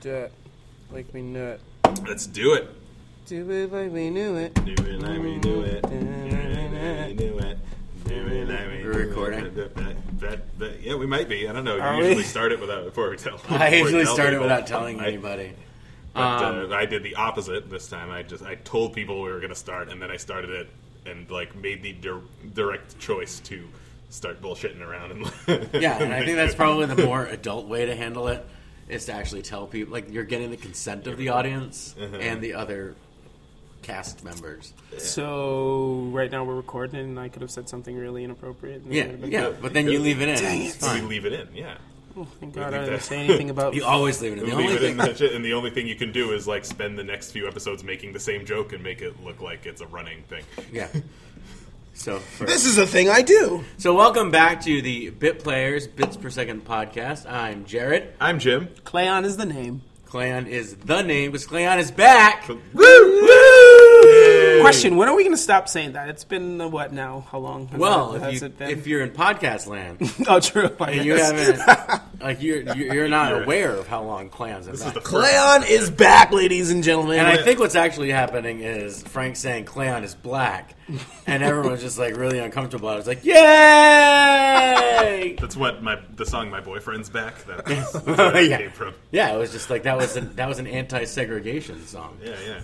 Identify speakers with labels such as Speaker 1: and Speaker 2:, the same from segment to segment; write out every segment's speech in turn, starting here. Speaker 1: dirt, like we knew it.
Speaker 2: Let's do it.
Speaker 1: Do it like we knew it.
Speaker 2: Do it like we do it. Do it like we do it. Do it like we do
Speaker 3: We're
Speaker 2: it.
Speaker 3: recording.
Speaker 2: That- that- that- that- yeah, we might be. I don't know. You
Speaker 1: Are
Speaker 2: usually
Speaker 1: we?
Speaker 2: start it without before we tell. before
Speaker 3: I
Speaker 2: you
Speaker 3: usually
Speaker 2: tell
Speaker 3: start it
Speaker 2: people.
Speaker 3: without telling
Speaker 2: I-
Speaker 3: anybody.
Speaker 2: But
Speaker 3: Um,
Speaker 2: uh, I did the opposite this time. I just I told people we were going to start, and then I started it and like made the dir- direct choice to start bullshitting around. And
Speaker 3: Yeah, and I think that's probably the more adult way to handle it is to actually tell people like you're getting the consent of the audience
Speaker 2: Uh-huh.
Speaker 3: and the other cast members.
Speaker 4: So right now we're recording, and I could have said something really inappropriate. and it
Speaker 3: Yeah,
Speaker 4: would've been-
Speaker 3: yeah, but then you leave it in. It's
Speaker 2: we
Speaker 3: fine.
Speaker 2: leave it in. Yeah.
Speaker 4: Oh, thank God I
Speaker 2: leave
Speaker 4: didn't
Speaker 2: that.
Speaker 4: say anything about.
Speaker 3: You always leave it in.
Speaker 2: We
Speaker 3: The
Speaker 2: leave
Speaker 3: only
Speaker 2: it in
Speaker 3: thing,
Speaker 2: that shit, and the only thing you can do is like spend the next few episodes making the same joke and make it look like it's a running thing.
Speaker 3: yeah. So, for,
Speaker 1: This is a thing I do.
Speaker 3: so welcome back to the Bit Players Bits Per Second podcast. I'm Jared.
Speaker 2: I'm Jim.
Speaker 4: Clayon is the name.
Speaker 3: Clan is the name because Clan is back.
Speaker 4: Question: When are we going to stop saying that? It's been uh, what now? How long?
Speaker 3: Well,
Speaker 4: Has
Speaker 3: if you
Speaker 4: it been?
Speaker 3: if you're in podcast land
Speaker 4: oh, true. I
Speaker 3: and you
Speaker 4: guess.
Speaker 3: haven't like you're you're you're not aware of how long Clan's been.
Speaker 2: This is the first.
Speaker 1: Cleon is back, ladies and gentlemen.
Speaker 3: And I think what's actually happening is Frank saying Cleon is black, and everyone's just like really uncomfortable. I was like, yay!
Speaker 2: That's what my the song "My Boyfriend's Back." That, that's where it
Speaker 3: yeah.
Speaker 2: came from.
Speaker 3: yeah, it was just like that was an, that was an anti-segregation song,
Speaker 2: Yeah, yeah.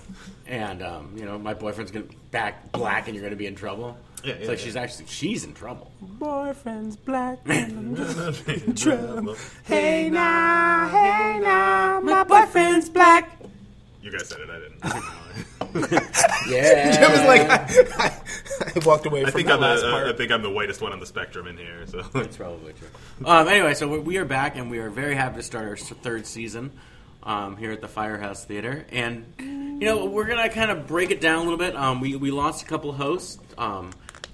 Speaker 3: and um, you know my boyfriend's gonna back black, and you're gonna be in trouble.
Speaker 2: Yeah,
Speaker 3: it's
Speaker 2: yeah,
Speaker 3: like
Speaker 2: yeah.
Speaker 3: she's actually she's in trouble.
Speaker 4: boyfriend's black. and I'm-
Speaker 2: Trouble.
Speaker 4: hey now, hey now, my boyfriend's black.
Speaker 2: You guys said it. I didn't.
Speaker 3: Yeah,
Speaker 1: It was like I, I, I walked away
Speaker 2: I
Speaker 1: from
Speaker 2: think
Speaker 1: that
Speaker 2: I'm
Speaker 1: last
Speaker 2: the,
Speaker 1: part.
Speaker 2: I think I'm the whitest one on the spectrum in here. So
Speaker 3: That's probably true. Um, anyway, so we- we are back, and we are very happy to start our s- third season um, here at the Firehouse Theater. And you know, we're gonna kind of break it down a little bit. Um, we we lost a couple hosts. Um,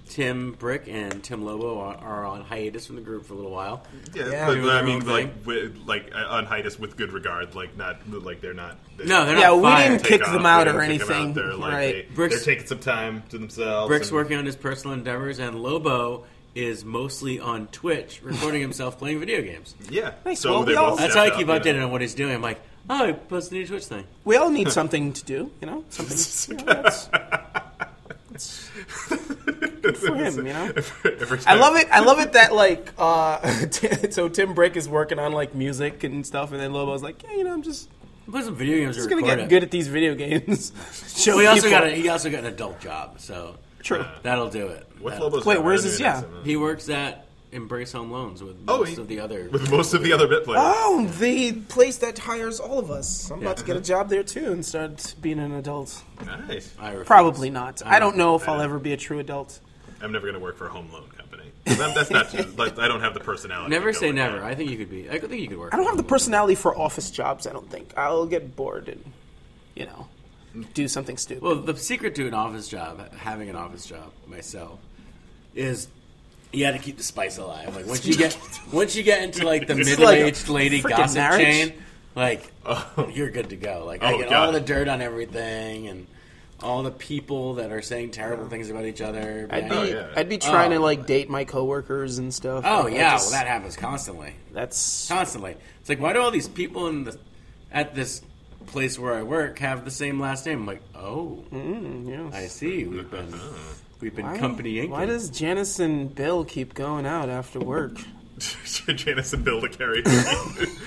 Speaker 3: Tim Brick and Tim Lobo are, are on hiatus from the group for a little while.
Speaker 2: yeah,
Speaker 1: Yeah.
Speaker 2: but,
Speaker 1: Doing
Speaker 2: but
Speaker 3: their
Speaker 2: I
Speaker 3: own
Speaker 2: mean,
Speaker 3: thing.
Speaker 2: like, with, like uh, on hiatus with good regard. Like, not like they're not. They
Speaker 3: No, they're not
Speaker 4: Yeah, we
Speaker 3: fired.
Speaker 4: didn't
Speaker 2: take
Speaker 4: kick
Speaker 2: off,
Speaker 4: them out
Speaker 2: they
Speaker 4: or
Speaker 2: don't kick them
Speaker 4: anything.
Speaker 2: out, They're like
Speaker 4: right?
Speaker 2: they,
Speaker 3: Bricks-
Speaker 2: are taking some time to themselves.
Speaker 3: Brick's
Speaker 2: and-
Speaker 3: working on his personal endeavors, and Lobo is mostly on Twitch recording himself playing video games.
Speaker 2: Yeah,
Speaker 4: Thanks,
Speaker 2: so
Speaker 4: well,
Speaker 2: they
Speaker 4: we all-
Speaker 2: both
Speaker 3: That's how
Speaker 2: stepped
Speaker 3: I keep
Speaker 2: up, you
Speaker 3: updated
Speaker 2: know.
Speaker 3: on what he's doing. I'm like, oh, he posted a new Twitch thing.
Speaker 4: We all need something to do, you know. Something. you know, that's- for him, you know?
Speaker 2: Every
Speaker 4: I
Speaker 2: time-
Speaker 4: love it. I love it that like uh, t- so Tim Brick is working on like music and stuff, and then Lobo's like, yeah, you know, I'm just
Speaker 3: Put some video games.
Speaker 4: just
Speaker 3: Just
Speaker 4: gonna get good at these video games. Show
Speaker 3: Well, he also Uh,
Speaker 4: people.
Speaker 3: got a, he also got an adult job, so
Speaker 4: True.
Speaker 3: that'll do it.
Speaker 2: What's
Speaker 3: That'll-
Speaker 2: Lobo's
Speaker 4: Wait,
Speaker 2: job?
Speaker 4: where's
Speaker 2: I didn't
Speaker 4: his-
Speaker 2: do
Speaker 4: yeah.
Speaker 2: this.
Speaker 3: He works at Embrace Home Loans with most
Speaker 2: Oh, he-
Speaker 3: of the other.
Speaker 2: with most of the other bit players.
Speaker 3: Ah.
Speaker 4: Oh, the place that hires all of us. I'm about to get a job there too and start being an adult.
Speaker 2: Nice.
Speaker 3: I refuse.
Speaker 4: Probably not. I don't know if I'll ever be a true adult.
Speaker 2: I'm never going to work for a home loan company. 'Cause I'm- that's not. like, I uh, don't have the personality.
Speaker 3: Never
Speaker 2: to go
Speaker 3: say
Speaker 2: with
Speaker 3: never.
Speaker 2: that.
Speaker 3: I think you could be. I think you could work.
Speaker 4: I don't have the personality for office jobs. I don't think I'll get bored and you know do something stupid.
Speaker 3: Well, the secret to an office job, having an office job myself, is you got to keep the spice alive. Like once you get once you get into like the
Speaker 2: It's like
Speaker 3: middle-aged lady
Speaker 4: freaking
Speaker 3: gossip
Speaker 4: marriage.
Speaker 3: chain, like you're good to go. Like I
Speaker 2: Oh,
Speaker 3: get
Speaker 2: God.
Speaker 3: all the dirt on everything and all the people that are saying terrible things about each other.
Speaker 4: I'd be
Speaker 3: behind-
Speaker 2: yeah.
Speaker 4: I'd be trying
Speaker 3: Oh.
Speaker 4: to like date my coworkers and stuff.
Speaker 3: Oh
Speaker 4: Like, I
Speaker 3: yeah,
Speaker 4: just-
Speaker 3: well that happens constantly,
Speaker 4: that's
Speaker 3: constantly. It's like why do all these people in the at this place where I work have the same last name? I'm like, oh,
Speaker 4: yes. Uh-huh.
Speaker 3: I see. We've been we've been
Speaker 4: Why-
Speaker 3: company inking.
Speaker 4: Why does Janice and Bill keep going out after work?
Speaker 2: Janice and Bill to carry.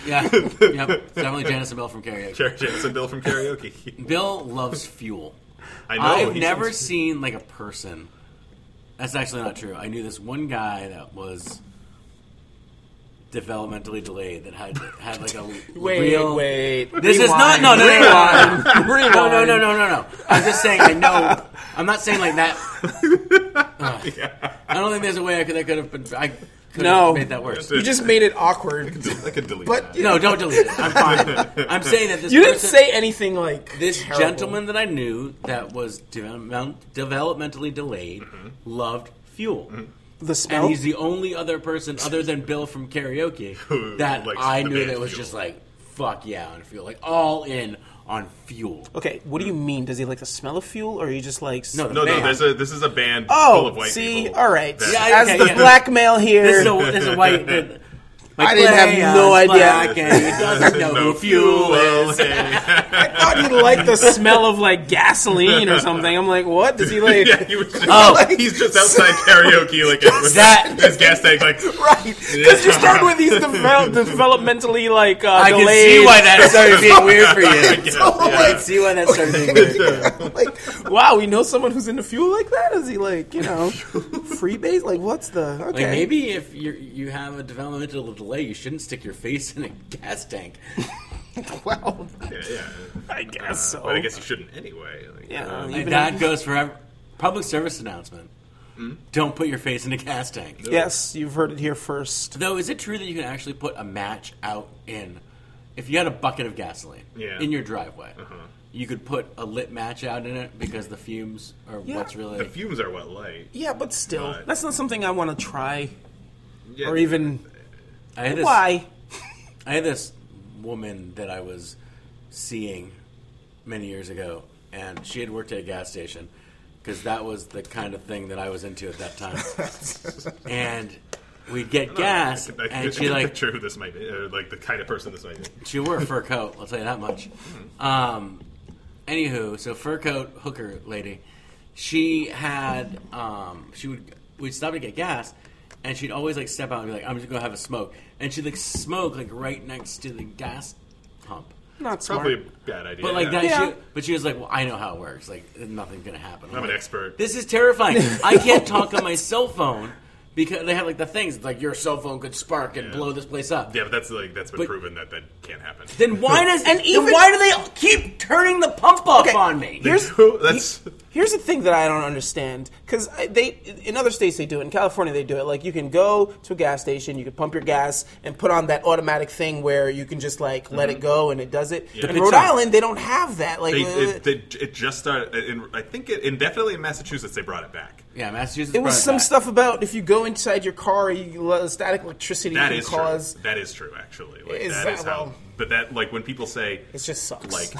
Speaker 3: yeah, yep, it's definitely Janice and Bill from karaoke.
Speaker 2: Janice and Bill from karaoke.
Speaker 3: Bill loves fuel.
Speaker 2: I know.
Speaker 3: I've
Speaker 2: he
Speaker 3: never
Speaker 2: seems-
Speaker 3: seen like a person. That's actually not true. I knew this one guy that was developmentally delayed that had had like a real,
Speaker 4: wait.
Speaker 3: This is not no no no no no.
Speaker 4: Rewind.
Speaker 3: no no no no no no. I'm just saying I know. I'm not saying like that. Ugh. I don't think there's a way I could that could have been. I could
Speaker 4: No.
Speaker 3: have made that worse.
Speaker 4: You just made it awkward.
Speaker 2: I could delete
Speaker 4: But-
Speaker 2: that.
Speaker 3: No, don't delete it. I'm fine. I'm saying that this
Speaker 4: You didn't
Speaker 3: person,
Speaker 4: say anything like
Speaker 3: this
Speaker 4: terrible.
Speaker 3: gentleman that I knew that was development, developmentally delayed
Speaker 2: Mm-hmm.
Speaker 3: loved fuel.
Speaker 4: The
Speaker 3: And
Speaker 4: smell.
Speaker 3: he's the only other person other than Bill from karaoke
Speaker 2: Who
Speaker 3: that
Speaker 2: likes
Speaker 3: I
Speaker 2: the
Speaker 3: knew
Speaker 2: band
Speaker 3: that was
Speaker 2: Fuel.
Speaker 3: just like fuck yeah on fuel, like all in on fuel.
Speaker 4: okay, what do you mean? Does he like the smell of fuel, or are you just like s-
Speaker 3: No, the
Speaker 2: No, no.
Speaker 3: band.
Speaker 2: There's a. This is a band full
Speaker 4: Oh,
Speaker 2: of white
Speaker 4: see,
Speaker 2: people.
Speaker 4: all right.
Speaker 2: that-
Speaker 3: Yeah,
Speaker 4: As
Speaker 3: okay,
Speaker 4: the
Speaker 3: yeah.
Speaker 4: blackmail here,
Speaker 3: This is a, this is a white.
Speaker 1: I didn't have
Speaker 3: "Play
Speaker 1: no
Speaker 3: us
Speaker 1: idea."
Speaker 3: Black and he doesn't know who fuel is.
Speaker 4: thought he liked the smell of like gasoline or something. I'm like, what? Does he like?
Speaker 2: yeah, he was just,
Speaker 3: Oh.
Speaker 2: he's just outside karaoke, like with
Speaker 3: That-
Speaker 2: his gas tank, like
Speaker 1: Right.
Speaker 4: Because you start with these devel- developmentally like uh,
Speaker 3: I can
Speaker 4: delayed.
Speaker 3: see why that started being weird for
Speaker 2: I
Speaker 3: you.
Speaker 2: guess,
Speaker 3: I
Speaker 2: yeah.
Speaker 3: can see why that started being weird.
Speaker 1: like,
Speaker 4: Wow, we know someone who's into fuel like that. Is he like you know freebase? Like what's the okay?
Speaker 3: Like maybe if you you have a developmental delay, you shouldn't stick your face in a gas tank.
Speaker 1: wow.
Speaker 2: Yeah, yeah.
Speaker 4: I guess so.
Speaker 2: But I guess you shouldn't anyway. Like,
Speaker 4: Yeah,
Speaker 2: uh,
Speaker 4: you-
Speaker 3: And that goes forever. Public service announcement: Don't put your face in a gas tank.
Speaker 4: yes, you've heard it here first.
Speaker 3: Though, is it true that you can actually put a match out in if you had a bucket of gasoline
Speaker 2: Yeah.
Speaker 3: in your driveway? You could put a lit match out in it because the fumes are what's
Speaker 2: the
Speaker 3: really.
Speaker 2: fumes are what light,
Speaker 4: Yeah, but still,
Speaker 2: But-
Speaker 4: that's not something I want to try
Speaker 2: yeah,
Speaker 4: or even
Speaker 3: I had this,
Speaker 4: why.
Speaker 3: I had this woman that I was seeing many years ago, and she had worked at a gas station because that was the kind of thing that I was into at that time. and we'd get gas,
Speaker 2: I can, I can
Speaker 3: and she like
Speaker 2: picture who this might be, or like the kind of person this might be.
Speaker 3: she wore a fur coat. I'll tell you that much. Um, anywho, so fur coat hooker lady, she had um, she would we'd stop to get gas, and she'd always like step out and be like, "I'm just gonna have a smoke," and she'd like smoke like right next to the gas pump.
Speaker 4: Not smart.
Speaker 2: Probably a bad idea.
Speaker 3: But like
Speaker 2: yeah.
Speaker 3: that,
Speaker 4: Yeah.
Speaker 3: she, but she was like, "Well, I know how it works. Like nothing's gonna happen."
Speaker 2: I'm an
Speaker 3: like,
Speaker 2: expert.
Speaker 3: This is terrifying. I can't talk on my cell phone because they have like the things it's like your cell phone could spark and
Speaker 2: Yeah.
Speaker 3: blow this place up.
Speaker 2: yeah, but that's like that's been
Speaker 3: But-
Speaker 2: proven that that can't happen.
Speaker 3: Then why does and
Speaker 4: even-
Speaker 3: why do they keep turning the pump up
Speaker 4: Okay.
Speaker 3: on me?
Speaker 4: Here's-
Speaker 2: that's
Speaker 4: Here's the thing that I don't understand because they in other states they do it. In California they do it. Like you can go to a gas station, you can pump your gas and put on that automatic thing where you can just like let it go and it does it. In
Speaker 3: pit
Speaker 4: Rhode
Speaker 3: stop.
Speaker 4: Island they don't have that. Like
Speaker 2: Mm-hmm. they,
Speaker 4: uh,
Speaker 2: it, they, it just started. In, I think it, indefinitely in Massachusetts they brought it back.
Speaker 3: Yeah, Massachusetts.
Speaker 4: it
Speaker 3: brought
Speaker 4: was some
Speaker 3: back.
Speaker 4: stuff about if you go inside your car, you let static electricity
Speaker 2: That
Speaker 4: can
Speaker 2: is
Speaker 4: cause.
Speaker 2: true. That is true, actually. Like,
Speaker 4: Is
Speaker 2: that
Speaker 4: that-
Speaker 2: is how.
Speaker 4: well-
Speaker 2: But that, like, when people say,
Speaker 4: It just sucks.
Speaker 2: like,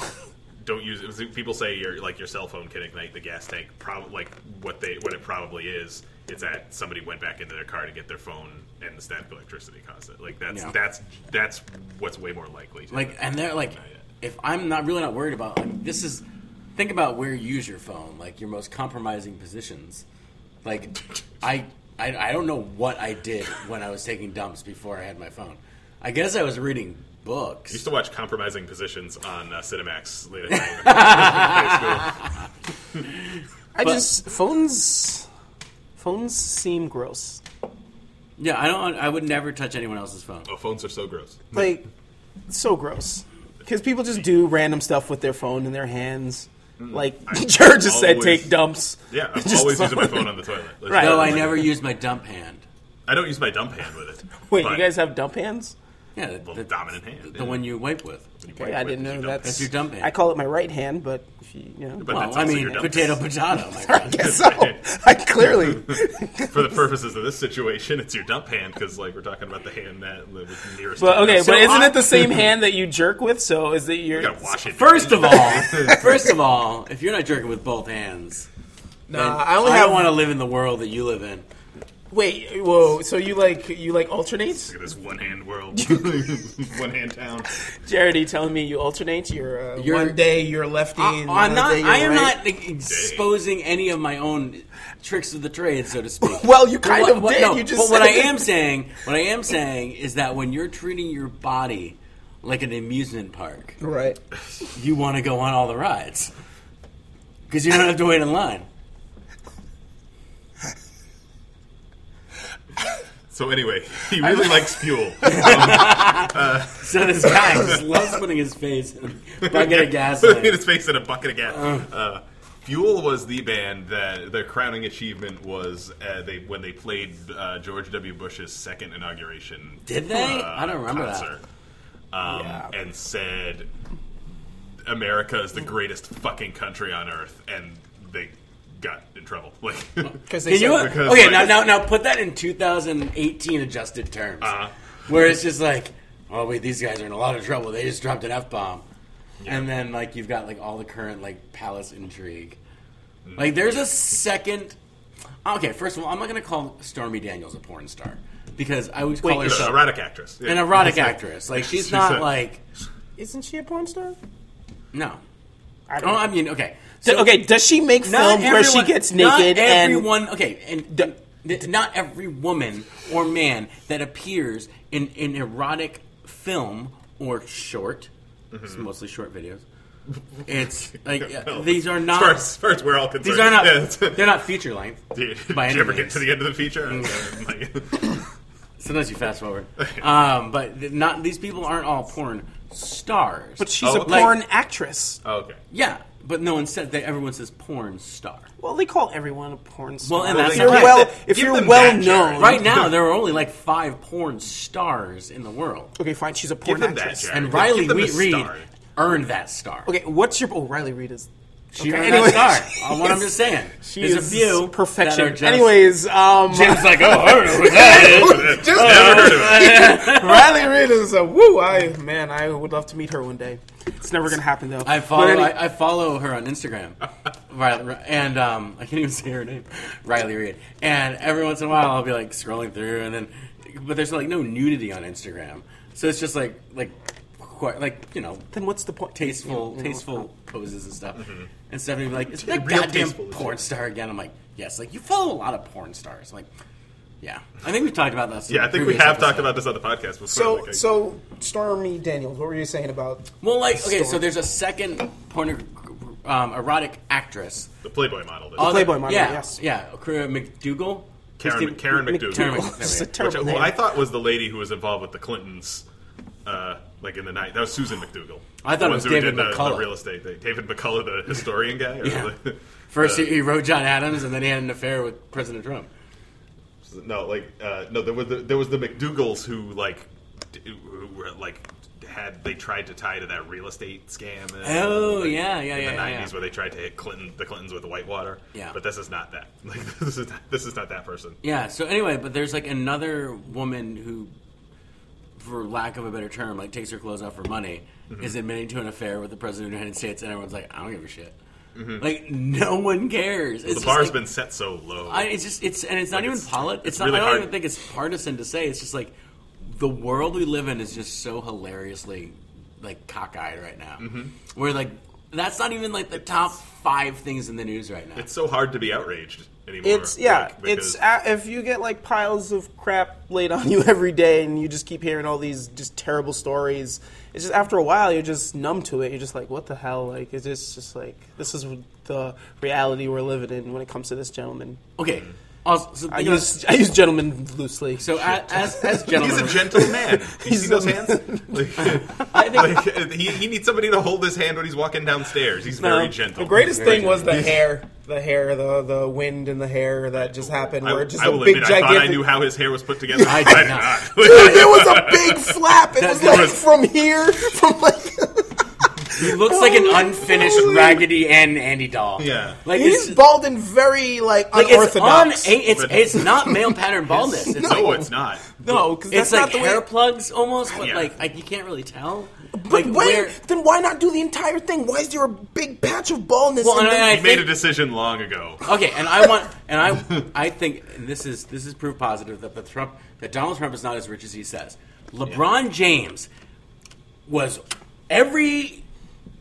Speaker 2: don't use it. People say your like your cell phone can ignite the gas tank. Probably like what they what it probably is. It's that somebody went back into their car to get their phone, and the static electricity caused it. Like that's
Speaker 3: Yeah.
Speaker 2: that's that's what's way more likely. To
Speaker 3: Like,
Speaker 2: happen.
Speaker 3: and they're like,
Speaker 2: yet.
Speaker 3: if I'm not really not worried about like, this is, think about where you use your phone, like your most compromising positions. Like, I, I I don't know what I did when I was taking dumps before I had my phone. I guess I was reading
Speaker 2: I used
Speaker 3: books.
Speaker 2: to watch compromising positions on uh, Cinemax late at night. in high school.
Speaker 4: I just phones. Phones seem gross.
Speaker 3: Yeah, I don't. I would never touch anyone else's phone.
Speaker 2: Oh, phones are so gross.
Speaker 4: Like so gross because people just do random stuff with their phone in their hands. Like George just said,
Speaker 2: Mm. always-
Speaker 4: take dumps.
Speaker 2: Yeah, I'm
Speaker 4: Just
Speaker 2: always using my
Speaker 4: phone.
Speaker 2: phone on the toilet. Like,
Speaker 4: Right.
Speaker 3: No, I
Speaker 2: like,
Speaker 3: never used my dump hand.
Speaker 2: I don't use my dump hand with it.
Speaker 4: Wait,
Speaker 2: but
Speaker 4: you guys have dump hands?
Speaker 3: Yeah,
Speaker 2: Well,
Speaker 3: the,
Speaker 2: dominant hand,
Speaker 3: the
Speaker 2: yeah.
Speaker 3: one you wipe with.
Speaker 2: you
Speaker 4: Okay,
Speaker 2: wipe
Speaker 4: I
Speaker 2: with is
Speaker 4: didn't know
Speaker 2: your dump
Speaker 4: that's.
Speaker 3: That's your dump hand.
Speaker 4: I call it my right hand, but if you, you know.
Speaker 2: But
Speaker 3: well,
Speaker 2: that's
Speaker 3: I
Speaker 2: also
Speaker 3: mean,
Speaker 2: your dump.
Speaker 3: potato, potato. My friend.
Speaker 4: so I clearly
Speaker 2: For the purposes of this situation, it's your dump hand because, like, we're talking about the hand that was nearest.
Speaker 4: Well,
Speaker 2: to
Speaker 4: okay,
Speaker 2: us.
Speaker 4: but isn't
Speaker 3: I-
Speaker 4: it the same hand that you jerk with? So is it your?
Speaker 2: you gotta wash it.
Speaker 3: First of all, first of all, if you're not jerking with both hands, then
Speaker 4: Nah,
Speaker 3: Uh, I
Speaker 4: I only
Speaker 3: don't
Speaker 4: have-
Speaker 3: want to live in the world that you live in.
Speaker 4: Wait, whoa. So you like you like alternate?
Speaker 2: Look at this one hand world, one hand town.
Speaker 4: Jared, you telling me you alternate? You're, uh,
Speaker 3: You're-
Speaker 4: one day you're lefty.
Speaker 3: I,
Speaker 4: and
Speaker 3: I'm
Speaker 4: another
Speaker 3: not.
Speaker 4: day you're
Speaker 3: I am
Speaker 4: right.
Speaker 3: not like, exposing any of my own tricks of the trade, so to speak.
Speaker 4: Well, you kind
Speaker 3: But
Speaker 4: of did. You just
Speaker 3: but what I
Speaker 4: said it.
Speaker 3: am saying, what I am saying is that when you're treating your body like an amusement park,
Speaker 4: Right.
Speaker 3: you want to go on all the rides because you don't have to wait in line.
Speaker 2: So anyway, he really likes fuel.
Speaker 3: So this guy just loves putting his face in a bucket of
Speaker 2: Putting
Speaker 3: gasoline.
Speaker 2: his face in a bucket of gas. Uh, Fuel was the band that their crowning achievement was uh, they when they played uh, George W. Bush's second inauguration. uh,
Speaker 3: Did they? I don't remember that.
Speaker 2: concert, Um, And said, "America is the greatest fucking country on earth," and they got in trouble. Like,
Speaker 4: Because
Speaker 3: Can you,
Speaker 2: because,
Speaker 3: okay,
Speaker 2: like-
Speaker 3: now, now now put that in 2018 adjusted terms,
Speaker 2: Uh-huh.
Speaker 3: where it's just like, oh wait, these guys are in a lot of trouble. They just dropped an f bomb, and then like you've got like all the current like palace intrigue. Like there's a second. Okay, first of all, I'm not gonna call Stormy Daniels a porn star because I would call
Speaker 4: Wait,
Speaker 2: An
Speaker 3: herself
Speaker 2: erotic actress.
Speaker 3: an erotic actress. Like she's,
Speaker 2: She's
Speaker 3: not
Speaker 2: a-
Speaker 3: like
Speaker 4: Isn't she a porn star?
Speaker 3: no.
Speaker 4: I
Speaker 3: Oh, I mean, okay.
Speaker 4: D-
Speaker 3: So
Speaker 4: okay, does she make
Speaker 3: not
Speaker 4: films where she
Speaker 3: everyone-
Speaker 4: gets
Speaker 3: not
Speaker 4: naked and
Speaker 3: everyone okay, and th- not every woman or man that appears in an erotic film or short,
Speaker 2: Mm-hmm.
Speaker 3: it's mostly short videos. It's like uh, these are
Speaker 2: As
Speaker 3: not
Speaker 2: far, as, as far as we're all concerned,
Speaker 3: these are
Speaker 2: Yeah,
Speaker 3: not
Speaker 2: that's-
Speaker 3: they're not feature length.
Speaker 2: Dude,
Speaker 3: by
Speaker 2: did
Speaker 3: any
Speaker 2: you ever get
Speaker 3: means.
Speaker 2: to
Speaker 3: Mm-hmm.
Speaker 2: the end of the feature? I don't know. Like-
Speaker 3: Sometimes you fast forward, um, but th- not these people aren't all porn stars.
Speaker 4: but she's
Speaker 2: Oh,
Speaker 4: a
Speaker 2: like-
Speaker 4: porn actress?
Speaker 2: oh, okay.
Speaker 3: yeah, but no one said that. Everyone says porn star.
Speaker 4: Well, they call everyone a porn star.
Speaker 3: Well, and
Speaker 2: Well,
Speaker 3: that's
Speaker 4: if
Speaker 2: they
Speaker 4: you're
Speaker 2: give
Speaker 3: okay.
Speaker 4: well,
Speaker 2: them-
Speaker 4: if
Speaker 2: give
Speaker 4: you're
Speaker 2: them
Speaker 4: well
Speaker 2: that, Jared.
Speaker 4: known,
Speaker 3: Right now, there are only like five porn stars in the world,
Speaker 4: Okay, fine. She's a
Speaker 2: Give
Speaker 4: porn
Speaker 2: them that,
Speaker 4: actress.
Speaker 2: Jared.
Speaker 3: and
Speaker 2: Give-
Speaker 3: Riley
Speaker 2: give them a
Speaker 3: Wheat Reed
Speaker 2: star.
Speaker 3: earned that star.
Speaker 4: Okay, what's your? Oh, Riley Reed is.
Speaker 3: she
Speaker 4: okay,
Speaker 3: earned
Speaker 4: anyway.
Speaker 3: that star. Uh, what I'm just saying,
Speaker 4: She
Speaker 3: there's
Speaker 4: is
Speaker 3: a few
Speaker 4: perfection.
Speaker 3: That are just,
Speaker 4: Anyways, um, Oh.
Speaker 3: Jim's like, oh, I don't know what that
Speaker 2: Just never heard of it.
Speaker 4: Riley Reed is a uh, woo. I man, I would love to meet her one day. It's never gonna happen though.
Speaker 3: I follow.
Speaker 4: But any-
Speaker 3: I, I follow her on Instagram, Riley, and um, I can't even say her name, Riley Reed. And every once in a while, I'll be like scrolling through, and then, but there's like no nudity on Instagram, so it's just like like quite, like you know
Speaker 4: then what's the point?
Speaker 3: tasteful tasteful poses and stuff. And Stephanie would be like, "Is that
Speaker 2: Mm-hmm. real
Speaker 3: goddamn
Speaker 2: tasteful, isn't
Speaker 3: porn star again?" I'm like, "Yes." Like you follow a lot of porn stars. I'm like, yeah, I think we've talked about that.
Speaker 2: Yeah, I think we have talked about this on the podcast before.
Speaker 4: So,
Speaker 2: like, I-
Speaker 4: so Stormy Daniels, what were you saying about?
Speaker 3: Well, like okay, so there's a second porn um, erotic actress
Speaker 2: the Playboy model.
Speaker 3: Other-
Speaker 4: Playboy model,
Speaker 3: yeah,
Speaker 4: yes.
Speaker 3: Yeah, Karen McDougal.
Speaker 2: Karen,
Speaker 3: Christine-
Speaker 2: Karen McDougal.
Speaker 3: Karen Mc- there we
Speaker 4: It's
Speaker 3: go.
Speaker 4: a
Speaker 2: Which,
Speaker 4: terrible
Speaker 2: who
Speaker 4: name.
Speaker 2: uh, I thought was the lady who was involved with the Clintons, uh, like in the night. That was Susan McDougal.
Speaker 3: I thought
Speaker 2: The
Speaker 3: it
Speaker 2: ones
Speaker 3: was
Speaker 2: who
Speaker 3: David
Speaker 2: did the,
Speaker 3: McCullough.
Speaker 2: The real estate, thing. David McCullough, the historian guy. or
Speaker 3: Yeah.
Speaker 2: the-
Speaker 3: First,
Speaker 2: uh,
Speaker 3: he, he wrote John Adams, and then he had an affair with President Trump.
Speaker 2: no, like uh, no, there was the, there was the McDougals who like d- who were, like had they tried to tie to that real estate scam. and-
Speaker 3: Oh,
Speaker 2: like,
Speaker 3: yeah, yeah,
Speaker 2: in
Speaker 3: yeah,
Speaker 2: The
Speaker 3: yeah, yeah.
Speaker 2: where they tried to hit Clinton, the Clintons with the Whitewater.
Speaker 3: Yeah.
Speaker 2: but this is not that. Like this is not, this is not that person.
Speaker 3: Yeah. So anyway, but there's like another woman who, for lack of a better term, like takes her clothes off for money,
Speaker 2: Mm-hmm.
Speaker 3: is admitting to an affair with the president of the United States, and everyone's like, I don't give a shit. Like no one cares. It's
Speaker 2: Mm-hmm. The
Speaker 3: just
Speaker 2: bar's
Speaker 3: like-
Speaker 2: been set so low.
Speaker 3: I, it's just it's and it's not
Speaker 2: Like,
Speaker 3: even
Speaker 2: it's-
Speaker 3: polit. It's,
Speaker 2: it's
Speaker 3: not.
Speaker 2: really
Speaker 3: I don't
Speaker 2: hard.
Speaker 3: even think it's partisan to say. It's just like the world we live in is just so hilariously like cockeyed right now.
Speaker 2: Mm-hmm.
Speaker 3: Where like that's not even like the top five things in the news right now.
Speaker 2: it's so hard to be outraged anymore.
Speaker 4: It's yeah.
Speaker 2: like,
Speaker 4: it's
Speaker 2: because-
Speaker 4: a if you get like piles of crap laid on you every day, and you just keep hearing all these just terrible stories. It's just after a while, you're just numb to it. You're just like, what the hell? Like, is this just like this is the reality we're living in when it comes to this gentleman?
Speaker 3: okay.
Speaker 2: Mm-hmm.
Speaker 3: Also, so,
Speaker 4: I use I use gentleman loosely.
Speaker 3: so a- as as
Speaker 2: He's
Speaker 3: gentlemen,
Speaker 2: a gentle man. You
Speaker 4: He's
Speaker 2: see those
Speaker 4: a-
Speaker 2: hands? Like, like, he, he needs somebody to hold his hand when he's walking downstairs. He's very gentle.
Speaker 4: The greatest
Speaker 3: Very
Speaker 4: thing was the hair, the hair, the the wind in the hair that just happened.
Speaker 2: I,
Speaker 4: where just
Speaker 2: I
Speaker 4: a
Speaker 2: will
Speaker 4: big
Speaker 2: admit, I
Speaker 4: gigantic.
Speaker 2: thought I knew how his hair was put together.
Speaker 3: I did not.
Speaker 4: Dude, there was a big flap. It
Speaker 3: That-
Speaker 4: was
Speaker 3: that
Speaker 4: like
Speaker 3: was-
Speaker 4: from here, from like.
Speaker 3: he looks like
Speaker 4: Oh
Speaker 3: an unfinished Raggedy Ann Andy doll.
Speaker 2: Yeah.
Speaker 3: like it's,
Speaker 4: He's bald and very like
Speaker 3: like it's on.
Speaker 4: unorthodox.
Speaker 3: It's
Speaker 2: But-
Speaker 3: it's not male pattern baldness. It's like
Speaker 2: no, it's not.
Speaker 4: no, because
Speaker 3: It's
Speaker 4: that's
Speaker 3: like
Speaker 4: not the
Speaker 3: hair
Speaker 4: way.
Speaker 3: plugs almost, but
Speaker 2: Yeah.
Speaker 3: like, like you can't really tell.
Speaker 4: But
Speaker 3: like,
Speaker 4: when,
Speaker 3: where-
Speaker 4: then why not do the entire thing? Why is there a big patch of baldness?
Speaker 3: Well,
Speaker 4: and
Speaker 3: and
Speaker 4: then-
Speaker 3: I-
Speaker 2: He made a
Speaker 3: think-
Speaker 2: decision long ago.
Speaker 3: okay, and I want, and I, I think and this is this is proof positive that the Trump that Donald Trump is not as rich as he says. LeBron James was every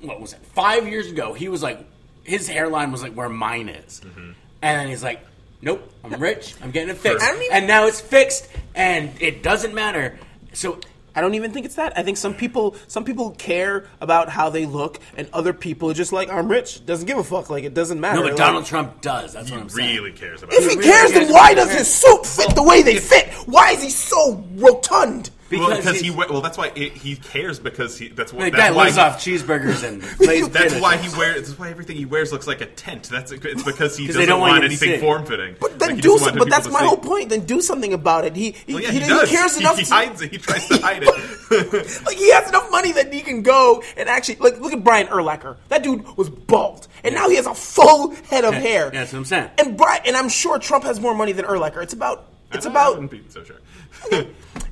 Speaker 3: what was it five years ago? He was like his hairline was like where mine is,
Speaker 2: Mm-hmm.
Speaker 3: and then he's like, nope, I'm rich, I'm getting it fixed,
Speaker 4: I don't even-
Speaker 3: and now it's fixed, and it doesn't matter. So
Speaker 4: I don't even think it's that. I think some people some people care about how they look, and other people are just like, I'm rich, doesn't give a fuck. Like it doesn't matter.
Speaker 3: no, but
Speaker 4: Like,
Speaker 3: Donald Trump does. That's what
Speaker 2: He
Speaker 3: I'm saying.
Speaker 2: really cares about
Speaker 4: If he
Speaker 2: it.
Speaker 3: really
Speaker 4: cares,
Speaker 3: cares
Speaker 4: then why
Speaker 3: about
Speaker 4: does
Speaker 3: his
Speaker 4: his suit fit the way they fit? Why is he so rotund?
Speaker 2: Well,
Speaker 3: Because
Speaker 2: because he
Speaker 3: he's-
Speaker 2: we- well, that's why it, he cares because he that's why
Speaker 3: The
Speaker 2: that's
Speaker 3: guy
Speaker 2: why
Speaker 3: lives
Speaker 2: he-
Speaker 3: off cheeseburgers and plays
Speaker 2: That's
Speaker 3: potato
Speaker 2: why
Speaker 3: chips.
Speaker 2: he wears. That's why everything he wears looks like a tent. That's it's because he
Speaker 3: 'Cause
Speaker 2: doesn't
Speaker 3: they don't want
Speaker 2: want
Speaker 3: you to
Speaker 2: anything
Speaker 3: see.
Speaker 2: form fitting.
Speaker 4: But then do. Some, but that's my whole point. Then do something about it. He he,
Speaker 2: Well, yeah,
Speaker 4: he,
Speaker 2: he,
Speaker 4: he
Speaker 2: does.
Speaker 4: cares
Speaker 2: He-
Speaker 4: enough.
Speaker 2: He
Speaker 4: to-
Speaker 2: hides it. He tries to hide it.
Speaker 4: Like he has enough money that he can go and actually like look at Brian Erlacher. That dude was bald, and now he has a full head of hair.
Speaker 3: yeah, that's what I'm saying.
Speaker 4: And Brian, and I'm sure Trump has more money than Erlacher. It's about it's
Speaker 2: I
Speaker 4: about
Speaker 2: wouldn't be so sure.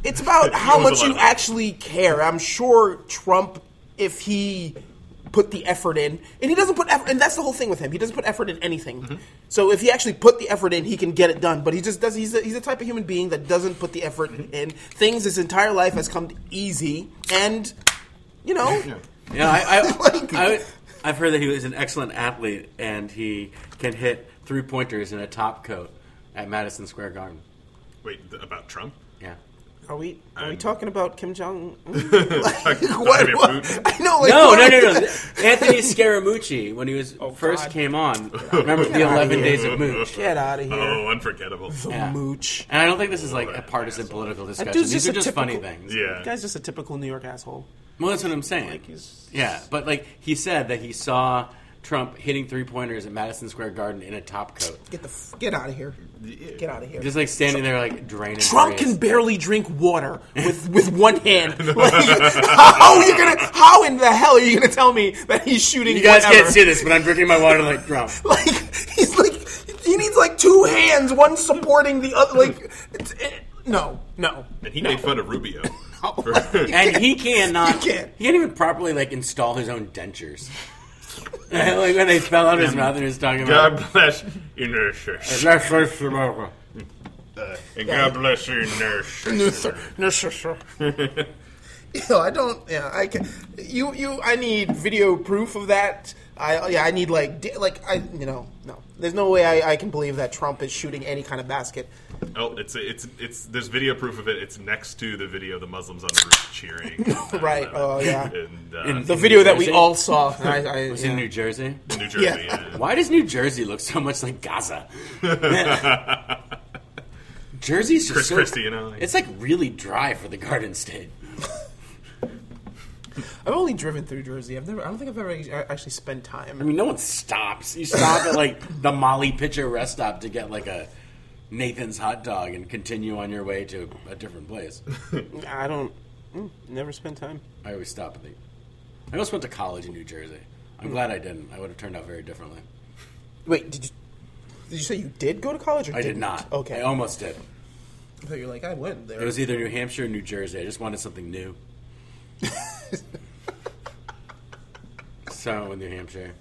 Speaker 4: it's about how
Speaker 2: owns a
Speaker 4: much
Speaker 2: lot
Speaker 4: you
Speaker 2: of money.
Speaker 4: actually care. I'm sure Trump, if he put the effort in, and he doesn't put effort, and that's the whole thing with him. He doesn't put effort in anything.
Speaker 2: Mm-hmm.
Speaker 4: So if he actually put the effort in, he can get it done. But he just does. He's a, he's a type of human being that doesn't put the effort
Speaker 2: Mm-hmm.
Speaker 4: in. Things his entire life has come easy, and you know,
Speaker 3: Yeah, I, I, I, have heard that he was an excellent athlete and he can hit three pointers in a top coat at Madison Square Garden.
Speaker 2: Wait, th- about Trump?
Speaker 3: Yeah.
Speaker 4: are we are we talking about Kim Jong? Un?
Speaker 2: Like,
Speaker 4: what,
Speaker 2: Vladimir Putin?
Speaker 4: I know. Like,
Speaker 3: No,
Speaker 4: what
Speaker 3: no,
Speaker 4: are
Speaker 3: no,
Speaker 4: we-
Speaker 3: no. Anthony Scaramucci, when he was first
Speaker 4: God.
Speaker 3: came on, remember the
Speaker 4: outta
Speaker 3: 11
Speaker 4: here.
Speaker 3: days of Mooch.
Speaker 4: Get out of here.
Speaker 2: Oh, unforgettable.
Speaker 3: Yeah.
Speaker 4: Mooch.
Speaker 3: And I don't think this is like a
Speaker 2: that
Speaker 3: partisan
Speaker 2: asshole.
Speaker 3: political discussion.
Speaker 4: dude's
Speaker 3: These
Speaker 4: just
Speaker 3: are
Speaker 4: a
Speaker 3: just funny
Speaker 4: typical-
Speaker 3: things.
Speaker 2: Yeah.
Speaker 4: Guy's just a typical New York asshole.
Speaker 3: Well, that's what I'm saying.
Speaker 4: he's-
Speaker 3: yeah, but like he said that he saw Trump hitting three pointers at Madison Square Garden in a top coat,
Speaker 4: Get the f- get out of here. Get out of here.
Speaker 3: just like standing there like draining.
Speaker 4: Trump
Speaker 3: grace.
Speaker 4: can barely drink water with, with one hand. Like, how you gonna? How in the hell are you gonna tell me that he's shooting?
Speaker 3: You guys
Speaker 4: whatever?
Speaker 3: can't see this, but I'm drinking my water like Trump.
Speaker 4: Like he's like he needs like two hands, one supporting the other. Like it's, it, no, no.
Speaker 2: And he made fun of Rubio. For-
Speaker 3: And he cannot.
Speaker 4: He can't.
Speaker 3: He can't even properly like install his own dentures. like when they fell out of his mouth and he was talking about.
Speaker 2: God bless you, nurses. And God bless you, nurses.
Speaker 4: No, sure, sure. Yo, I don't. Yeah, I can. You, you. I need video proof of that. I, yeah, I need like, di- like I, you know, no. There's no way I, I can believe that Trump is shooting any kind of basket.
Speaker 2: Oh, it's it's it's. There's video proof of it. It's next to the video of the Muslims on the roof cheering.
Speaker 4: Right, oh, yeah.
Speaker 2: And, uh,
Speaker 3: In-
Speaker 4: The
Speaker 3: New
Speaker 4: video that we
Speaker 3: Jersey?
Speaker 4: all saw. I, I,
Speaker 3: was
Speaker 4: yeah.
Speaker 3: in New Jersey.
Speaker 2: in New Jersey.
Speaker 4: yeah.
Speaker 2: yeah.
Speaker 3: Why does New Jersey look so much like Gaza? Jersey's just
Speaker 2: Chris
Speaker 3: so,
Speaker 2: Christie, you know, like-
Speaker 3: it's like really dry for the Garden State.
Speaker 4: I've only driven through Jersey. I've never. I don't think I've ever ac- actually spent time.
Speaker 3: I mean, no one stops. You stop at like the Molly Pitcher rest stop to get like a Nathan's hot dog and continue on your way to a different place.
Speaker 4: I don't. mm, Never spent time.
Speaker 3: I always stop at the. I almost went to college in New Jersey.
Speaker 2: Hmm.
Speaker 3: I'm glad I didn't. I would have turned out very differently.
Speaker 4: Wait, did you? Did you say you did go to college? Or
Speaker 3: I did
Speaker 4: didn't?
Speaker 3: not.
Speaker 4: Okay.
Speaker 3: I almost did.
Speaker 4: so you're like I went there.
Speaker 3: It was either New Hampshire or New Jersey. I just wanted something new. so I went with New Hampshire.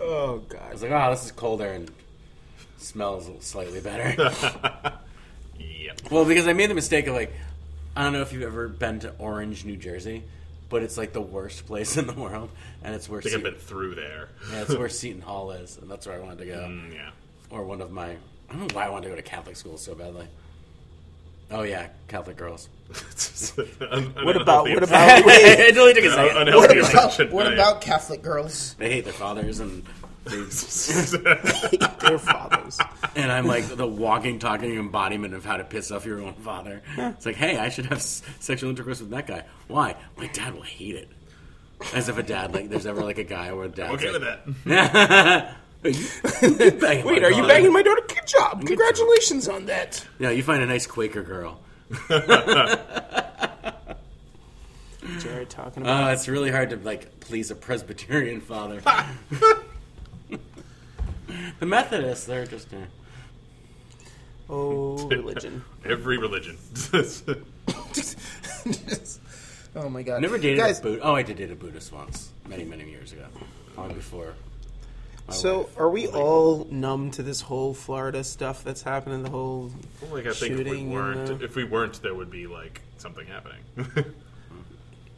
Speaker 4: oh
Speaker 3: I
Speaker 4: God.
Speaker 3: was like, oh, this is colder and smells slightly better.
Speaker 2: Yep.
Speaker 3: well, because I made the mistake of like, I don't know if you've ever been to Orange, New Jersey, but it's like the worst place in the world, and it's where
Speaker 2: I think I've
Speaker 3: Seton,
Speaker 2: been through there.
Speaker 3: yeah, it's where Seton Hall is, and that's where I wanted to go.
Speaker 2: Mm, yeah.
Speaker 3: or one of my. I don't know why I wanted to go to Catholic school so badly. Oh yeah, Catholic girls.
Speaker 4: What about? What about? Oh, wait,
Speaker 3: it only took a
Speaker 2: Uh,
Speaker 3: second.
Speaker 2: unhealthy
Speaker 4: what about?
Speaker 2: assumption.
Speaker 4: What
Speaker 2: Yeah.
Speaker 4: about Catholic girls?
Speaker 3: They hate their fathers, and they,
Speaker 4: Their fathers.
Speaker 3: and I'm like the walking, talking embodiment of how to piss off your own father. It's like, hey, I should have s- sexual intercourse with that guy. Why? My dad will hate it. As if a dad like there's ever like a guy where a dad.
Speaker 2: Okay with that.
Speaker 3: that.
Speaker 4: Wait, are you banging my daughter? Good job. Congratulations on that.
Speaker 3: No, you find a nice Quaker girl.
Speaker 4: Jared talking about.
Speaker 3: Uh, it's really hard to like please a Presbyterian father. the Methodists, they're just. Uh,
Speaker 4: oh, religion.
Speaker 2: Every religion.
Speaker 4: oh my God.
Speaker 3: I never dated
Speaker 4: Guys,
Speaker 3: a Buddhist. Oh, I did date a Buddhist once, many many years ago, long before. my
Speaker 4: So,
Speaker 3: wife.
Speaker 4: are we all numb to this whole Florida stuff that's happening? The whole
Speaker 2: like I think if we
Speaker 4: shooting. uh, and
Speaker 2: weren't,
Speaker 4: the-
Speaker 2: if we weren't, there would be like something happening.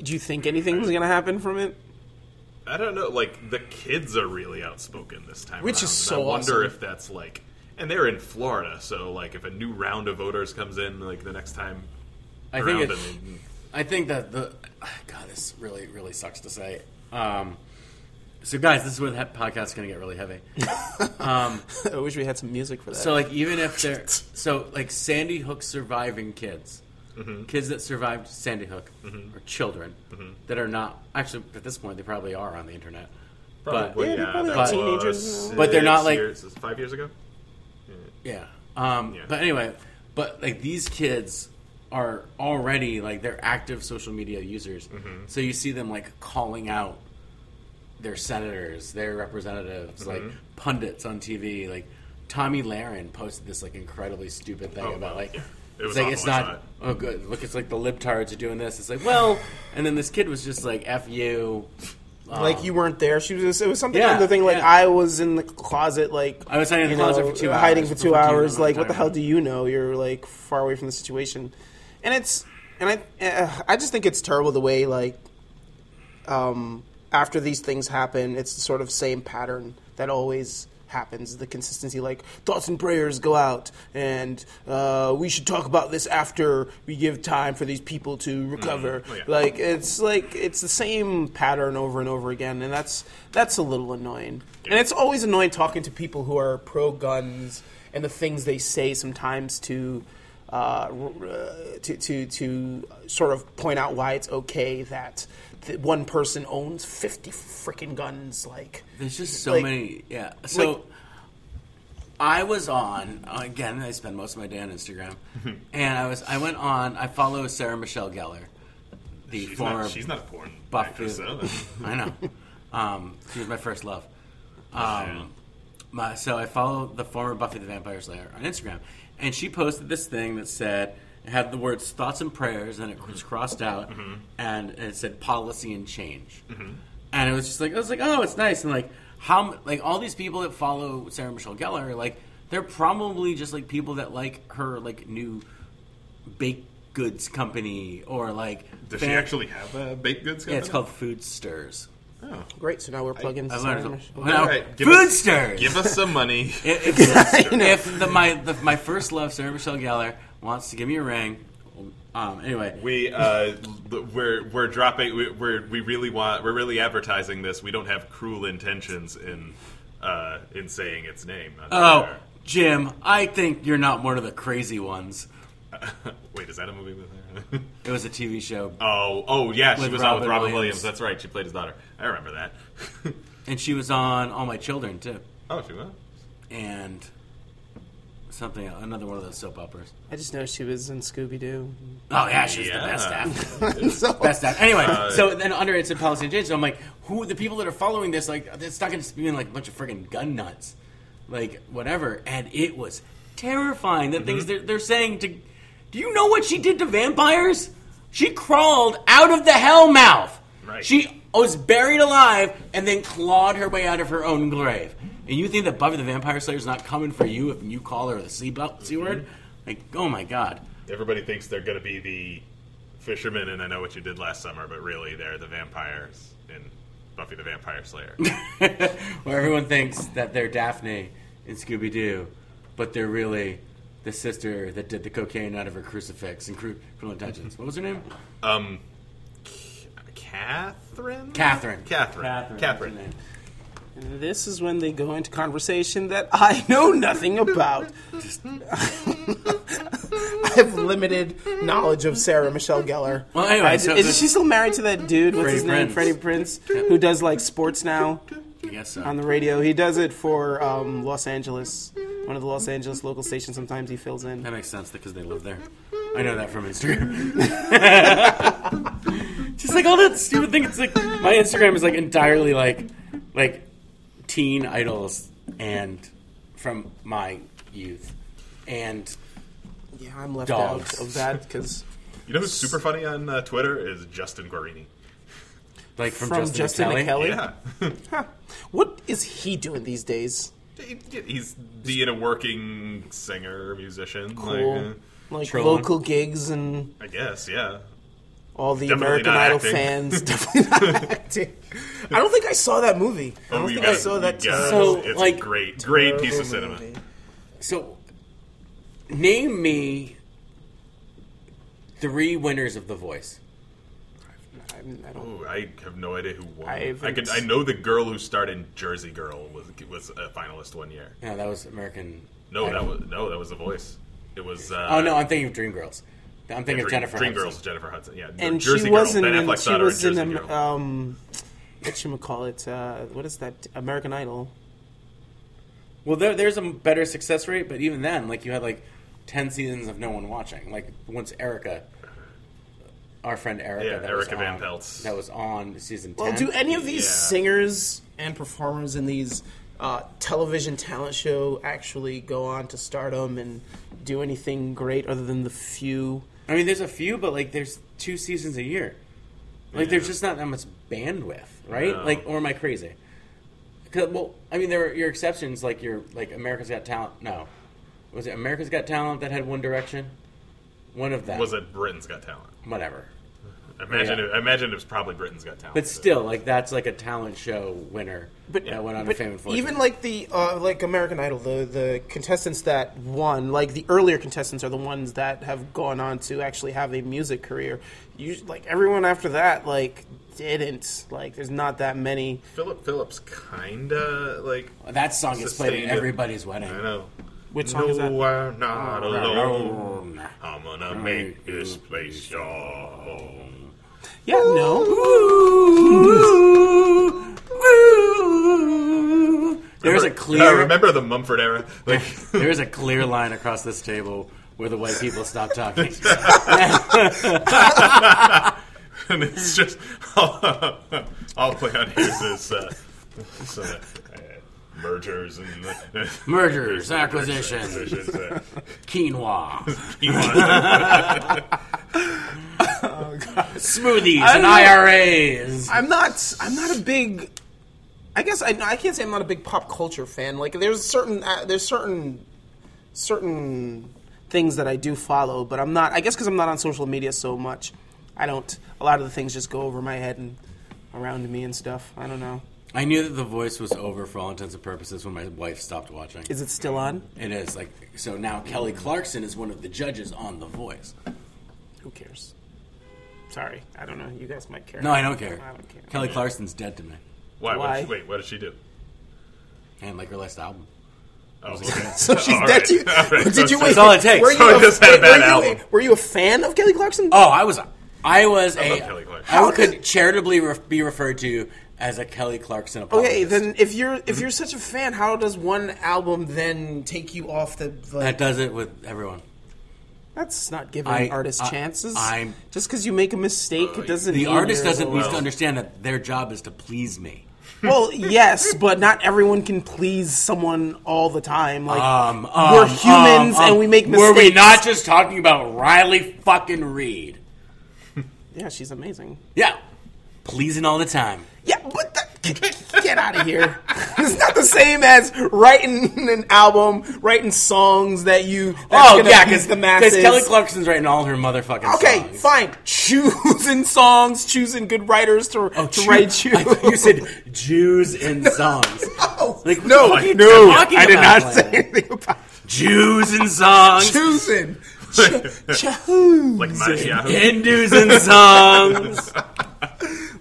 Speaker 4: Do you think anything's going to happen from it?
Speaker 2: I don't know. Like the kids are really outspoken this time,
Speaker 4: Which
Speaker 2: around, and
Speaker 4: is so
Speaker 2: I wonder
Speaker 4: awesome.
Speaker 2: if that's like, and they're in Florida, so like if a new round of voters comes in, like the next time
Speaker 3: I
Speaker 2: around,
Speaker 3: think it's,
Speaker 2: then-
Speaker 3: I think that the God, this really really sucks to say. Um, so, guys, this is where the he- podcast's going to get really heavy.
Speaker 4: I wish we had some music for that.
Speaker 3: So like even if they're so like Sandy Hook surviving kids, kids that survived Sandy Hook, or children that are not actually at this point they probably are on the internet,
Speaker 2: probably,
Speaker 4: Yeah,
Speaker 2: yeah,
Speaker 4: they're probably
Speaker 2: that
Speaker 3: like
Speaker 2: was
Speaker 4: teenagers now.
Speaker 3: But they're not,
Speaker 2: six
Speaker 3: like-
Speaker 2: years- is it five years ago.
Speaker 3: but yeah. Um,
Speaker 2: Yeah.
Speaker 3: But anyway, but like these kids are already like they're active social media users,
Speaker 2: Mm-hmm.
Speaker 3: so you see them like calling out their senators, their representatives,
Speaker 2: Mm-hmm.
Speaker 3: like pundits on TV, like. Tommy Lahren posted this like incredibly stupid thing
Speaker 2: Oh,
Speaker 3: about
Speaker 2: wow,
Speaker 3: like
Speaker 2: yeah. It
Speaker 3: it's
Speaker 2: was
Speaker 3: like
Speaker 2: awful,
Speaker 3: it's
Speaker 2: I saw
Speaker 3: not
Speaker 2: it.
Speaker 3: oh good look it's like the libtards are doing this it's like well and then this kid was just like f you
Speaker 4: like you weren't there. She was. It was something
Speaker 3: Um, Yeah,
Speaker 4: on the thing. Like
Speaker 3: yeah.
Speaker 4: I was in the closet. Like
Speaker 3: I was hiding in the
Speaker 4: you
Speaker 3: closet
Speaker 4: know,
Speaker 3: for two
Speaker 4: hiding
Speaker 3: hours,
Speaker 4: for
Speaker 3: for
Speaker 4: two
Speaker 3: 15
Speaker 4: hours.
Speaker 3: minutes,
Speaker 4: Like
Speaker 3: I'm
Speaker 4: what the hell
Speaker 3: tired.
Speaker 4: do you know? You're like far away from the situation, and it's and I uh, I just think it's terrible the way like um after these things happen, it's the sort of same pattern that always happens the consistency like thoughts and prayers go out and uh, we should talk about this after we give time for these people to recover
Speaker 3: Mm-hmm.
Speaker 2: Oh, yeah.
Speaker 4: like it's like it's the same pattern over and over again and that's that's a little annoying and it's always annoying talking to people who are pro guns and the things they say sometimes to uh, r- uh, to, to to sort of point out why it's okay that th- one person owns 50 freaking guns like
Speaker 3: There's just so
Speaker 4: Like-
Speaker 3: many. Yeah. So
Speaker 4: like-
Speaker 3: I was on again. I spend most of my day on Instagram,
Speaker 4: Mm-hmm.
Speaker 3: and I was I went on. I follow Sarah Michelle Gellar, the
Speaker 2: She's
Speaker 3: former.
Speaker 2: not, she's not a porn
Speaker 3: Buffy.
Speaker 2: actress, though. That's-
Speaker 3: I know. Um, she was my first love.
Speaker 2: Oh,
Speaker 3: Um, my, so I follow the former Buffy the Vampire Slayer on Instagram, and she posted this thing that said it had the words "thoughts and prayers" and it was crossed out,
Speaker 2: Mm-hmm.
Speaker 3: and it said "policy and change," and it was just like I was like, oh, it's nice, and like how m- like all these people that follow Sarah Michelle Gellar, like they're probably just like people that like her like new baked goods company or like
Speaker 2: Does she
Speaker 3: fan-
Speaker 2: actually have a baked goods company?
Speaker 3: Yeah, it's called Food Stirs.
Speaker 2: Oh.
Speaker 4: great so now we're plugging
Speaker 3: I learned
Speaker 4: some-
Speaker 3: it. Well,
Speaker 2: right, give
Speaker 3: food
Speaker 2: us-
Speaker 3: stirs.
Speaker 2: Give us some money.
Speaker 3: if if- if the, my the, my first love, Sarah Michelle Gellar, wants to give me a ring. Um. Anyway,
Speaker 2: We uh, l- we're we're dropping. we- We're we really want. We're really advertising this. We don't have cruel intentions in uh, in saying its name. Uh, on
Speaker 3: oh,
Speaker 2: there.
Speaker 3: Jim, I think you're not one of the crazy ones.
Speaker 2: wait, is that a movie with her?
Speaker 3: It was a TV show,
Speaker 2: oh, oh yeah, she
Speaker 3: With
Speaker 2: was on with
Speaker 3: Robin
Speaker 2: Robin Williams.
Speaker 3: Williams.
Speaker 2: That's right. She played his daughter. I remember that.
Speaker 3: and she was on All My Children too,
Speaker 2: oh, she was.
Speaker 3: and something another one of those soap operas.
Speaker 4: i just know she was in scooby-doo
Speaker 3: Oh yeah, she was
Speaker 2: Yeah. uh,
Speaker 3: the best actor.
Speaker 4: so
Speaker 3: That's that. Anyway, so then under it said Palestinian James. So I'm like, who the people that are following this? Like, it's not going to be like a bunch of friggin' gun nuts, like whatever. And it was terrifying. The
Speaker 2: Mm-hmm.
Speaker 3: things they're, they're saying to. Do you know what she did to vampires? She crawled out of the hell mouth.
Speaker 2: Right.
Speaker 3: She was buried alive and then clawed her way out of her own grave. And you think that Buffy the Vampire Slayer is not coming for you if you call her the C, bu- C word?
Speaker 2: Mm-hmm.
Speaker 3: Like, oh my god.
Speaker 2: Everybody thinks they're gonna be the fishermen, and I know what you did last summer, but really they're the vampires in Buffy the Vampire Slayer.
Speaker 3: where everyone thinks that they're Daphne in Scooby Doo, but they're really the sister that did the cocaine out of her crucifix in Cru- Cruel Intentions. What was her name?
Speaker 2: um, C- Catherine.
Speaker 3: Catherine.
Speaker 2: Catherine. Catherine.
Speaker 3: What's her name?
Speaker 4: This is when they go into conversation that I know nothing about. I have limited knowledge of Sarah Michelle Gellar.
Speaker 3: Well, anyway,
Speaker 4: I-
Speaker 3: so the-
Speaker 4: is she still married to that dude? What's his
Speaker 3: Freddie
Speaker 4: name?
Speaker 3: Prinze.
Speaker 4: Freddie Prince, who does like sports now
Speaker 3: I guess so.
Speaker 4: on the radio. He does it for um, Los Angeles, one of the Los Angeles local stations. Sometimes he fills in.
Speaker 3: that makes sense because they live there. I know that from Instagram. Just like all that stupid thing. It's like my Instagram is like entirely like like teen idols and from my youth and
Speaker 4: Yeah, I'm left
Speaker 3: Dogs.
Speaker 4: out of that because
Speaker 2: You know who's super funny on uh, Twitter is Justin Guarini.
Speaker 3: like from,
Speaker 4: from, Justin
Speaker 3: McKelly.
Speaker 4: McKelly.
Speaker 2: Yeah,
Speaker 4: What is he doing these days?
Speaker 2: He- he's being a working singer, musician.
Speaker 4: Cool.
Speaker 2: Like,
Speaker 4: Like
Speaker 3: uh, Trolling.
Speaker 4: local gigs and.
Speaker 2: uh, I guess, yeah.
Speaker 4: all the
Speaker 2: Definitely
Speaker 4: American
Speaker 2: not
Speaker 4: Idol
Speaker 2: acting.
Speaker 4: fans definitely not acting. I don't think I saw that movie. I don't
Speaker 2: Oh, you
Speaker 4: think I
Speaker 2: gotta-
Speaker 4: saw
Speaker 2: you
Speaker 4: that.
Speaker 2: gotta-
Speaker 3: So,
Speaker 2: it's
Speaker 3: like,
Speaker 2: a great, great piece of cinema.
Speaker 4: movie.
Speaker 3: So, name me three winners of The Voice.
Speaker 4: I'm- I don't.
Speaker 2: Ooh, I have no idea who won.
Speaker 4: I
Speaker 2: I,
Speaker 4: haven't-
Speaker 2: could. I know the girl who starred in Jersey Girl was was a finalist one year.
Speaker 3: No, that was American.
Speaker 2: No, that
Speaker 3: Idol.
Speaker 2: was no, that was The Voice. It was. Uh,
Speaker 3: Oh no, I'm thinking of Dreamgirls. I'm thinking of Jennifer.
Speaker 2: Dream
Speaker 3: Hudson.
Speaker 2: Girls, Jennifer Hudson. Yeah, no,
Speaker 4: And
Speaker 2: Jersey
Speaker 4: she wasn't.
Speaker 2: Girl. Ben
Speaker 4: In,
Speaker 2: Affleck's
Speaker 4: she
Speaker 2: daughter in
Speaker 4: was in.
Speaker 2: Jersey
Speaker 4: Am-
Speaker 2: Girl.
Speaker 4: Um, what you call it? Uh, what is that? American Idol.
Speaker 3: Well, there, there's a better success rate, but even then, like you had like ten seasons of no one watching. Like once Erica, our friend Erica,
Speaker 2: Yeah,
Speaker 3: that was
Speaker 2: Erica Van
Speaker 3: on-
Speaker 2: Pelt.
Speaker 3: that was on season. 10.
Speaker 4: Well, do any of these
Speaker 2: Yeah.
Speaker 4: singers and performers in these uh, television talent show actually go on to stardom and do anything great other than the few?
Speaker 3: I mean, there's a few, but like there's two seasons a year. Like there's just not that much bandwidth, right?
Speaker 2: No.
Speaker 3: Like, or am I crazy? 'Cause- well, I mean, there are your exceptions, like your like America's Got Talent. No, was it America's Got Talent that had One Direction? One of them
Speaker 2: Was it Britain's Got Talent?
Speaker 3: Whatever.
Speaker 2: Imagine,
Speaker 3: Yeah.
Speaker 2: it, imagine it was probably Britain's Got Talent.
Speaker 3: But still, like that's like a talent show winner that went on to
Speaker 4: But
Speaker 3: fame and fortune.
Speaker 4: even like the uh, like American Idol, the the contestants that won, like the earlier contestants are the ones that have gone on to actually have a music career. You like everyone after that, like didn't like. There's not that many.
Speaker 2: Philip Phillips kinda like
Speaker 3: that song gets played
Speaker 2: Sustained
Speaker 3: at
Speaker 2: it.
Speaker 3: everybody's wedding.
Speaker 2: I know.
Speaker 4: Which song is that? Oh,
Speaker 2: No, I'm not alone.
Speaker 3: Alone.
Speaker 2: I'm gonna make this place your home.
Speaker 4: Yeah, no.
Speaker 3: There's
Speaker 2: Remember-
Speaker 3: a
Speaker 2: I
Speaker 3: clear
Speaker 2: Uh, remember the Mumford era. Like
Speaker 3: there's a clear line across this table where the white people stop talking.
Speaker 2: and it's just all, all play on here is this uh, this, uh, uh, mergers and
Speaker 3: Mergers, acquisitions,
Speaker 2: acquisitions, uh,
Speaker 3: quinoa,
Speaker 2: you want-
Speaker 3: smoothies, and IRAs.
Speaker 4: I'm not. I'm not a big. I guess I, I can't say I'm not a big pop culture fan. Like there's certain uh, there's certain certain things that I do follow, but I'm not. I guess because I'm not on social media so much, I don't. A lot of the things just go over my head and around me and stuff. I don't know.
Speaker 3: I knew that the voice was over for all intents and purposes when my wife stopped watching.
Speaker 4: Is it still on?
Speaker 3: It is like so now. Kelly Clarkson is one of the judges on The Voice.
Speaker 4: Who cares? Sorry, I don't know. You guys might care.
Speaker 3: No, I don't care.
Speaker 4: I don't care.
Speaker 3: Kelly Clarkson's dead to me,
Speaker 2: Why? What did she,
Speaker 4: Why?
Speaker 2: wait, what did she do?
Speaker 3: and like her last album.
Speaker 2: Oh, okay.
Speaker 4: So she's
Speaker 2: All
Speaker 4: dead
Speaker 2: right.
Speaker 4: to you.
Speaker 2: All right.
Speaker 4: Did you
Speaker 2: So-
Speaker 4: wait?
Speaker 3: all it takes.
Speaker 4: Were you,
Speaker 2: So I
Speaker 4: a,
Speaker 2: just had a
Speaker 4: wait,
Speaker 2: bad
Speaker 4: were, you,
Speaker 2: album.
Speaker 4: were you a fan of Kelly Clarkson?
Speaker 3: Oh, I was, I was a. I
Speaker 2: love Kelly Clarkson.
Speaker 3: I could charitably re- be referred to as a Kelly Clarkson apologist.
Speaker 4: Okay, then if you're if you're such a fan, how does one album then take you off the?
Speaker 3: that
Speaker 4: Like,
Speaker 3: does it with everyone.
Speaker 4: that's not giving
Speaker 3: I-
Speaker 4: artists
Speaker 3: I-
Speaker 4: chances.
Speaker 3: I'm-
Speaker 4: just because you make a mistake, it doesn't.
Speaker 3: The
Speaker 4: mean
Speaker 3: artist
Speaker 4: you're
Speaker 3: doesn't
Speaker 4: the-
Speaker 3: needs to understand that their job is to please me.
Speaker 4: Well, yes, but not everyone can please someone all the time. Like
Speaker 3: Um, um,
Speaker 4: we're humans
Speaker 3: um, um,
Speaker 4: and we make
Speaker 3: Were
Speaker 4: mistakes.
Speaker 3: we not just talking about Riley fucking Reed?
Speaker 4: Yeah, she's amazing.
Speaker 3: Yeah, pleasing all the time.
Speaker 4: Yeah, but that, get, get out of here. it's not the same as writing an album, writing songs that you. that's
Speaker 3: oh
Speaker 4: gonna
Speaker 3: yeah,
Speaker 4: please
Speaker 3: because
Speaker 4: the masses.
Speaker 3: Kelly Clarkson's writing all her motherfucking.
Speaker 4: Okay,
Speaker 3: songs.
Speaker 4: fine. Choosing songs, choosing good writers to, to write you.
Speaker 3: I thought you said Jews in songs.
Speaker 4: Oh,
Speaker 3: Like, what
Speaker 4: no,
Speaker 3: the fuck are you
Speaker 4: no,
Speaker 3: talking
Speaker 4: I did
Speaker 3: about,
Speaker 4: not say
Speaker 3: Glenn?
Speaker 4: anything about
Speaker 3: Jews in songs.
Speaker 4: choosing. Cho- choose.
Speaker 2: Like Machiavelli.
Speaker 3: Hindus in songs.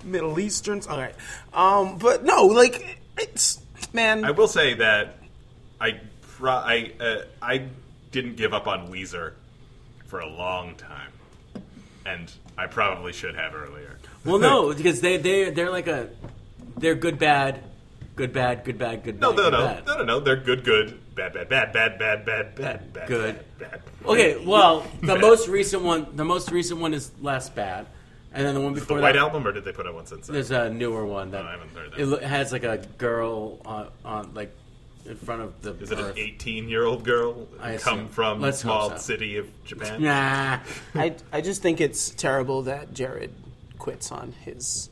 Speaker 4: Middle Easterns. All right, um, but no, like it's man.
Speaker 2: I will say that I pro- I uh, I didn't give up on Weezer for a long time, and I probably should have earlier.
Speaker 3: well, no, because they they they're like a they're good bad, good bad, good bad, good
Speaker 2: No,
Speaker 3: bad.
Speaker 2: no,
Speaker 3: good,
Speaker 2: no,
Speaker 3: bad.
Speaker 2: no, no, no. They're good, good, bad, bad, bad, bad, bad, bad, bad, bad,
Speaker 3: Good.
Speaker 2: bad, bad.
Speaker 3: Okay, well, the most recent one, the most recent one is less bad, and then the one
Speaker 2: The
Speaker 3: before
Speaker 2: White
Speaker 3: that,
Speaker 2: Album, or did they put out one since then?
Speaker 3: there's a newer one that
Speaker 2: I haven't heard that.
Speaker 3: it lo- has like a girl on, on like in front of the.
Speaker 2: Is it an
Speaker 3: earth.
Speaker 2: 18 year old girl
Speaker 3: I
Speaker 2: come
Speaker 3: assume.
Speaker 2: from
Speaker 3: Let's hope
Speaker 2: small
Speaker 3: so.
Speaker 2: city of Japan?
Speaker 3: Nah.
Speaker 4: I I just think it's terrible that Jared quits on his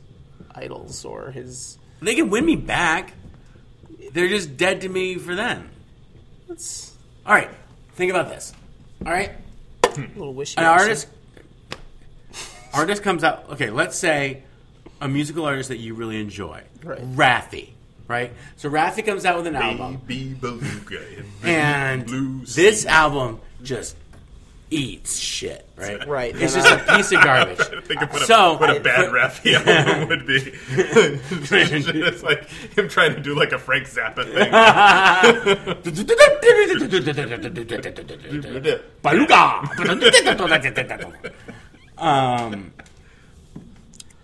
Speaker 4: idols or his.
Speaker 3: They can win me back. They're just dead to me for then.
Speaker 4: It's
Speaker 3: All right, think about this. All right,
Speaker 4: a little wishy.
Speaker 3: an artist artist comes out. Okay, let's say a musical artist that you really enjoy,
Speaker 4: Right.
Speaker 3: Raffy, right? So Raffy comes out with an album,
Speaker 2: Baby beluga in the
Speaker 3: and
Speaker 2: blue
Speaker 3: this
Speaker 2: sea.
Speaker 3: album just eats shit, right?
Speaker 4: Right.
Speaker 3: It's just a piece of garbage.
Speaker 2: I think of what,
Speaker 3: So-
Speaker 2: a, what a
Speaker 3: I-
Speaker 2: bad Raffi album would be. it's like him trying to do like a Frank Zappa thing.
Speaker 3: Baluga. um,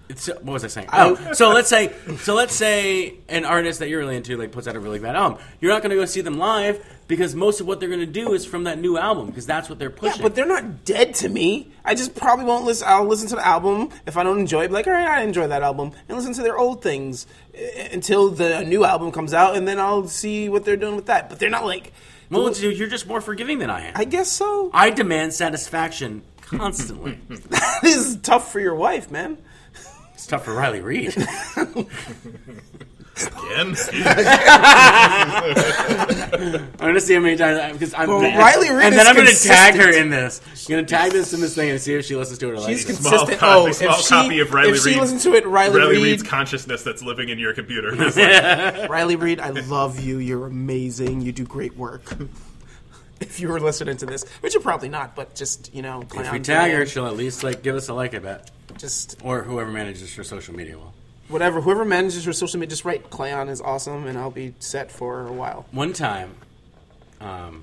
Speaker 3: it's, what was I saying? Oh, so let's say, so let's say an artist that you're really into like puts out a really bad album. You're not going to go see them live because most of what they're going to do is from that new album because that's what they're pushing.
Speaker 4: But they're not dead to me. I just probably won't listen. I'll listen to the album if I don't enjoy it. be Like, all right, I enjoy that album, and listen to their old things eh, until the new album comes out, and then I'll see what they're doing with that. But they're not like,
Speaker 3: well, dude, you're just more forgiving than I am.
Speaker 4: I guess so.
Speaker 3: I demand satisfaction constantly.
Speaker 4: this is tough for your wife, man.
Speaker 3: It's tough for Riley Reed.
Speaker 2: Again?
Speaker 3: I'm gonna see how many times I- because I'm mad.
Speaker 4: Riley Reed
Speaker 3: and then
Speaker 4: is
Speaker 3: I'm
Speaker 4: consistent.
Speaker 3: gonna tag her in this. I'm gonna tag this in this thing and see if she listens to it or
Speaker 4: She's
Speaker 3: likes it.
Speaker 4: consistent.
Speaker 2: copy-
Speaker 4: oh,
Speaker 2: small
Speaker 4: if she,
Speaker 2: copy of Riley
Speaker 4: if she
Speaker 2: Reed.
Speaker 4: listens to it, Riley,
Speaker 2: Riley
Speaker 4: Reed.
Speaker 2: Reed's consciousness that's living in your computer.
Speaker 4: Riley Reed, I love you. You're amazing. You do great work. if you were listening to this, which you're probably not, but just you know,
Speaker 3: If we
Speaker 4: clown
Speaker 3: tag her,
Speaker 4: fan,
Speaker 3: she'll at least like give us a like, I bet,
Speaker 4: just
Speaker 3: or whoever manages her social media will.
Speaker 4: whatever. Whoever manages her social media, just write Cleon is awesome, and I'll be set for a while.
Speaker 3: One time, um,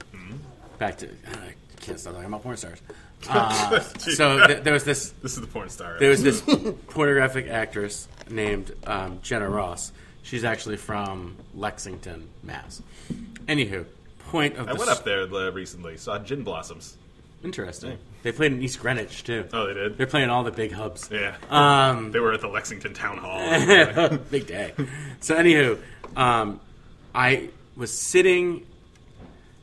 Speaker 3: back to I can't stop talking about porn stars. Uh, so th- there was this
Speaker 2: this is the porn star.
Speaker 3: there was this pornographic actress named um, Jenna Ross. She's actually from Lexington, Mass. Anywho, point of
Speaker 2: I
Speaker 3: the
Speaker 2: went up there uh, recently, saw Gin Blossoms.
Speaker 3: Interesting. They played in East Greenwich too.
Speaker 2: Oh, they did?
Speaker 3: They're playing all the big hubs.
Speaker 2: Yeah.
Speaker 3: Um,
Speaker 2: they were at the Lexington Town Hall.
Speaker 3: big day. So, anywho, um, I was sitting.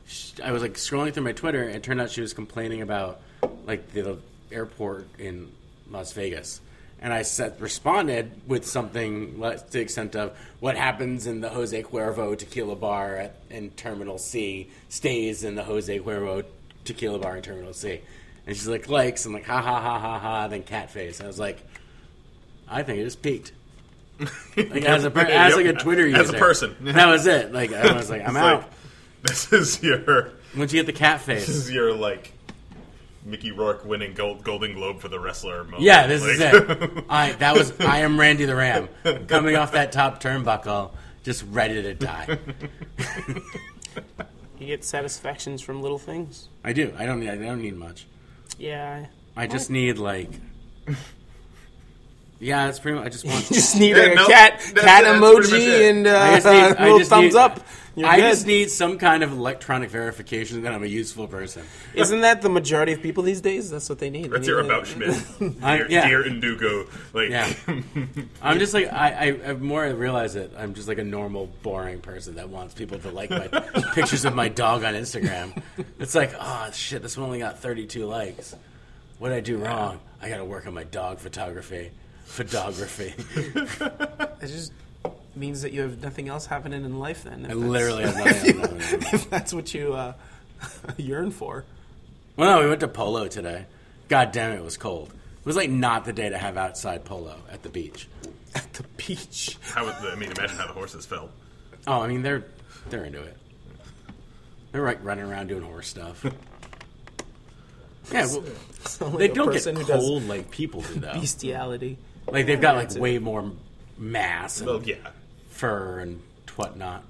Speaker 3: sh- I was like scrolling through my Twitter, and it turned out she was complaining about like the airport in Las Vegas. And I said, responded with something like, to the extent of what happens in the Jose Cuervo tequila bar at, in Terminal C stays in the Jose Cuervo tequila bar in Terminal C. And she's like, likes. I'm like, ha ha ha ha ha. Then cat face. I was like, I think it just peaked. Like as a per- as like a
Speaker 2: Yep.
Speaker 3: Twitter user,
Speaker 2: As a person.
Speaker 3: that was it. Like I was like, I'm out.
Speaker 2: like, this is your
Speaker 3: Once you get the cat
Speaker 2: this
Speaker 3: face,
Speaker 2: is your like Mickey Rourke winning gold, Golden Globe for the wrestler moment.
Speaker 3: yeah, this is
Speaker 2: Like,
Speaker 3: it. I that was I am Randy the Ram coming off that top turnbuckle, just ready to die.
Speaker 4: You get satisfactions from little things.
Speaker 3: I do. I don't need. I don't need much.
Speaker 4: Yeah,
Speaker 3: I just need like. Yeah, that's pretty much. I just want.
Speaker 4: just need
Speaker 2: Yeah,
Speaker 4: a
Speaker 2: no,
Speaker 4: cat
Speaker 2: that's-
Speaker 4: cat
Speaker 2: that's pretty much it.
Speaker 4: emoji and
Speaker 3: I
Speaker 4: uh,
Speaker 3: just need- I
Speaker 4: little
Speaker 3: just
Speaker 4: thumbs
Speaker 3: need-
Speaker 4: up. You're
Speaker 3: I
Speaker 4: good.
Speaker 3: just need some kind of electronic verification that I'm a useful person.
Speaker 4: Isn't that the majority of people these days? That's what they need. They
Speaker 2: That's
Speaker 4: need
Speaker 2: your
Speaker 4: a-
Speaker 2: about Schmidt.
Speaker 3: I-
Speaker 2: Dear,
Speaker 3: yeah.
Speaker 2: dear Indugo. Like
Speaker 3: Yeah. I'm just like I, I. I more I realize it. I'm just like a normal, boring person that wants people to like my pictures of my dog on Instagram. It's like, oh shit, this one only got 32 likes. What did I do wrong? I got to work on my dog photography. Photography.
Speaker 4: It just means that you have nothing else happening in life. Then
Speaker 3: I literally have nothing. on that.
Speaker 4: if that's what you uh, yearn for.
Speaker 3: Well, no, we went to polo today. God damn it, it was cold. It was like not the day to have outside polo at the beach.
Speaker 4: At the beach.
Speaker 2: how would the, I mean, imagine how the horses felt.
Speaker 3: Oh, I mean they're they're into it. They're like running around doing horse stuff. Yeah, well,
Speaker 4: Only
Speaker 3: they
Speaker 4: a
Speaker 3: don't get
Speaker 4: person who does
Speaker 3: cold like people do though.
Speaker 4: Bestiality.
Speaker 3: Like they've got like way more mass and
Speaker 2: Well, yeah.
Speaker 3: fur and whatnot.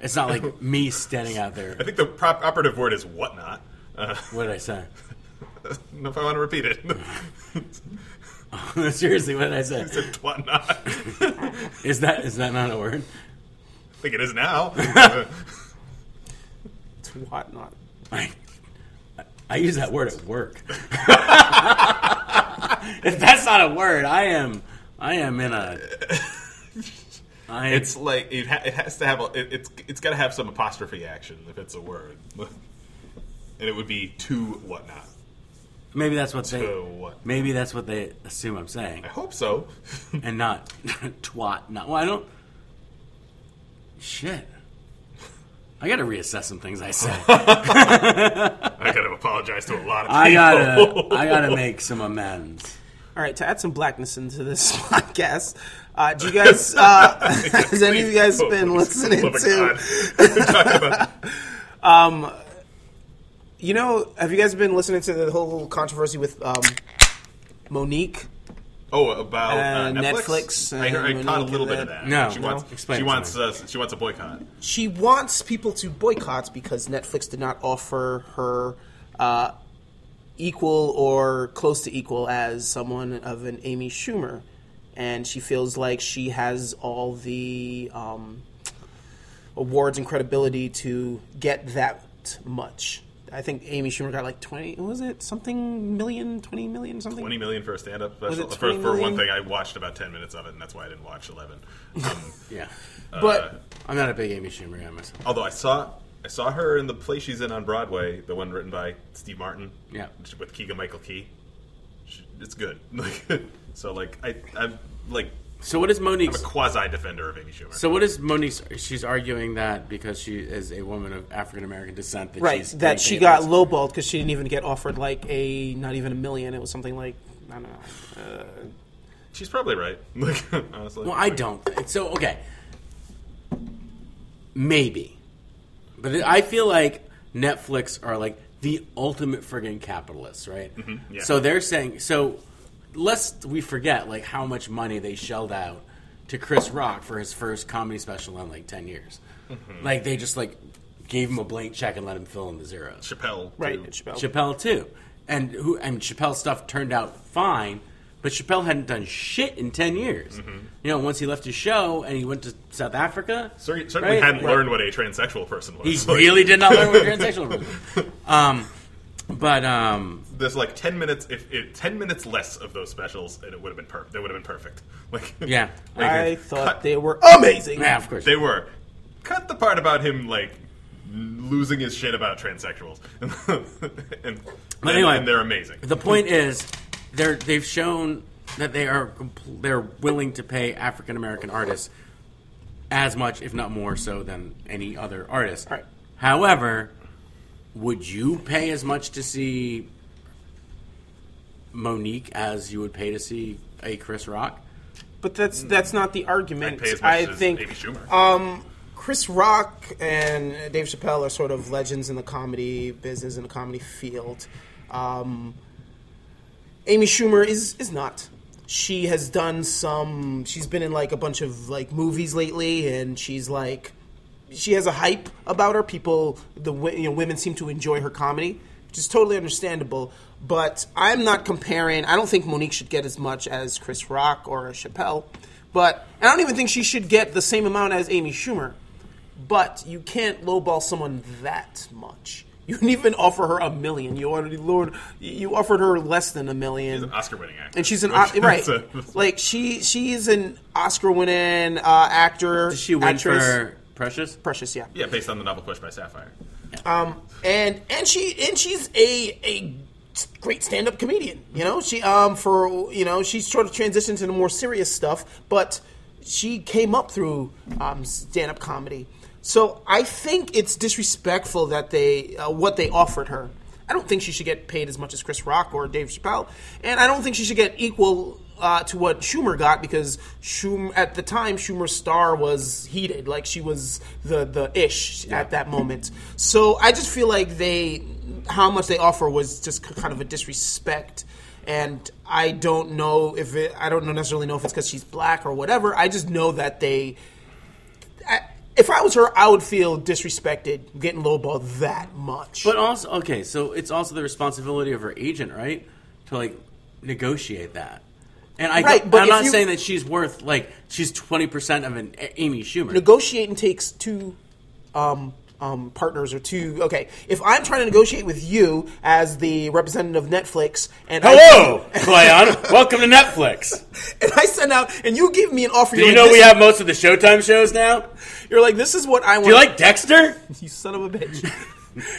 Speaker 3: It's not like me standing out there.
Speaker 2: I think the prop operative word is whatnot. Uh,
Speaker 3: What did I say?
Speaker 2: I don't know if I want to repeat it.
Speaker 3: Seriously, what did I say?
Speaker 2: It's whatnot. I
Speaker 3: Is that is that not a word?
Speaker 2: think it is now. Uh,
Speaker 4: It's whatnot.
Speaker 3: I, I use that word at work. if that's not a word, I am I am in a. I am,
Speaker 2: it's like it, ha- it has to have a, it, it's it's got to have some apostrophe action if it's a word, and it would be to whatnot.
Speaker 3: maybe that's what they
Speaker 2: To what?
Speaker 3: maybe that's what they assume I'm saying
Speaker 2: I hope so.
Speaker 3: and not twat not well I don't shit I gotta reassess some things I say
Speaker 2: I gotta apologize to a lot of people.
Speaker 3: I gotta I gotta make some amends
Speaker 4: All right, to add some blackness into this podcast, uh, do you guys, uh, has any of you guys
Speaker 2: Oh,
Speaker 4: been listening
Speaker 2: oh my
Speaker 4: to,
Speaker 2: God. Talk about-
Speaker 4: you know, have you guys been listening to the whole controversy with um, Monique?
Speaker 2: oh, about uh,
Speaker 4: Uh,
Speaker 2: Netflix.
Speaker 4: Netflix,
Speaker 2: I, heard, I
Speaker 4: uh,
Speaker 2: caught a
Speaker 4: Monique
Speaker 2: little
Speaker 4: and
Speaker 2: bit of
Speaker 4: that.
Speaker 2: that.
Speaker 3: No,
Speaker 2: she
Speaker 3: no.
Speaker 2: wants
Speaker 3: Explain
Speaker 2: she
Speaker 3: it
Speaker 2: wants
Speaker 3: to me.
Speaker 2: uh, she wants a boycott.
Speaker 4: She wants people to boycott because Netflix did not offer her uh, equal or close to equal as someone of an Amy Schumer, and she feels like she has all the um, awards and credibility to get that much. I think Amy Schumer got like twenty. Was it something million, twenty million, something?
Speaker 2: Twenty million for a stand-up special.
Speaker 4: it
Speaker 2: For,
Speaker 4: 20
Speaker 2: for one
Speaker 4: million?
Speaker 2: thing, I watched about ten minutes of it, and that's why I didn't watch eleven. Um,
Speaker 3: yeah
Speaker 4: But
Speaker 3: I'm not a big Amy Schumer guy myself
Speaker 2: Although I saw I saw her in the play she's in on Broadway, the one written by Steve Martin.
Speaker 3: Yeah.
Speaker 2: with Keegan Michael Key. She- It's good. Like so, like I I like
Speaker 3: So what is
Speaker 2: I'm a
Speaker 3: Monique's?
Speaker 2: quasi defender of Amy Schumer.
Speaker 3: So what is Monique's? She's arguing that because she is a woman of African American descent, that
Speaker 4: right
Speaker 3: she's
Speaker 4: that
Speaker 3: being
Speaker 4: she
Speaker 3: paid
Speaker 4: got
Speaker 3: less.
Speaker 4: lowballed because she didn't even get offered like a not even a million. It was something like I don't know. Uh,
Speaker 2: She's probably right. Like honestly,
Speaker 3: Well, I don't. think- So okay, maybe, but I feel like Netflix are like the ultimate friggin' capitalists, right?
Speaker 2: yeah.
Speaker 3: So they're saying so. Lest we forget, like how much money they shelled out to Chris Rock for his first comedy special in like ten years. Like they just like gave him a blank check and let him fill in the zeros.
Speaker 2: Chappelle,
Speaker 4: right,
Speaker 2: too.
Speaker 4: Chappelle.
Speaker 3: Chappelle too, and who and Chappelle's stuff turned out fine, but Chappelle hadn't done shit in ten years. You know, once he left his show and he went to South Africa,
Speaker 2: Cer- certainly
Speaker 3: right?
Speaker 2: hadn't
Speaker 3: Right.
Speaker 2: learned what a transsexual person was.
Speaker 3: He
Speaker 2: Like,
Speaker 3: really did not learn what transsexual was. Um, but um,
Speaker 2: There's like ten minutes, if, if ten minutes less of those specials, and it would have been perfect. They would have been perfect. Like
Speaker 3: yeah, I agree.
Speaker 4: I thought
Speaker 2: Cut.
Speaker 4: they were amazing.
Speaker 3: yeah, of course.
Speaker 2: they were. Cut the part about him like losing his shit about transsexuals, and,
Speaker 3: But anyway.
Speaker 2: and they're amazing.
Speaker 3: The point is, they're they've shown that they are compl- they're willing to pay African American artists as much, if not more, so than any other artist.
Speaker 4: Right.
Speaker 3: However, would you pay as much to see Monique as you would pay to see a Chris Rock?
Speaker 4: But that's that's not the
Speaker 2: I'd
Speaker 4: argument.
Speaker 2: pay as much
Speaker 4: I
Speaker 2: as
Speaker 4: think um,
Speaker 2: Amy Schumer.
Speaker 4: Chris Rock and Dave Chappelle are sort of legends in the comedy business in the comedy field. Um, Amy Schumer is is not. She has done some. She's been in like a bunch of like movies lately, and she's like, she has a hype about her. People, the wo- you know, women seem to enjoy her comedy, which is totally understandable. But I'm not comparing. I don't think Monique should get as much as Chris Rock or Chappelle. But and I don't even think she should get the same amount as Amy Schumer. But you can't lowball someone that much. You didn't even offer her a million. You already Lord, you offered her less than a million,
Speaker 2: Oscar-winning actor,
Speaker 4: and she's an o- right.
Speaker 2: So-
Speaker 4: Like she, she is an Oscar-winning uh, actor.
Speaker 3: Does she win
Speaker 4: actress.
Speaker 3: for Precious?
Speaker 4: Precious? Yeah.
Speaker 2: yeah, based on the novel Push by Sapphire.
Speaker 4: and and she and she's a a great stand-up comedian you know she um for you know she's sort of transitioned to the more serious stuff but she came up through um, stand-up comedy so i think it's disrespectful that they uh, what they offered her i don't think she should get paid as much as chris rock or dave chappelle and i don't think she should get equal uh, to what Schumer got because Schum at the time Schumer's star was heated, like she was the the ish at that moment. So I just feel like they, how much they offer was just k- kind of a disrespect, and I don't know if it, I don't know necessarily know if it's because she's black or whatever. I just know that they. I, if I was her, I would feel disrespected getting lowballed that much.
Speaker 3: But also, okay, so it's also the responsibility of her agent, right, to like negotiate that. And I,
Speaker 4: Right, but
Speaker 3: I'm
Speaker 4: if
Speaker 3: not
Speaker 4: you-
Speaker 3: saying that she's worth like she's twenty percent of an A- Amy Schumer.
Speaker 4: negotiating takes two um, um, partners or two. Okay, if I'm trying to negotiate with you as the representative of Netflix, and I-
Speaker 3: Hello, Cleon. Welcome to Netflix.
Speaker 4: and I send out, and you give me an offer.
Speaker 3: Do you
Speaker 4: you're
Speaker 3: know
Speaker 4: like,
Speaker 3: we
Speaker 4: this-
Speaker 3: have most of the Showtime shows now? Do
Speaker 4: You're like, this is what I want.
Speaker 3: you like Dexter?
Speaker 4: you son of a bitch.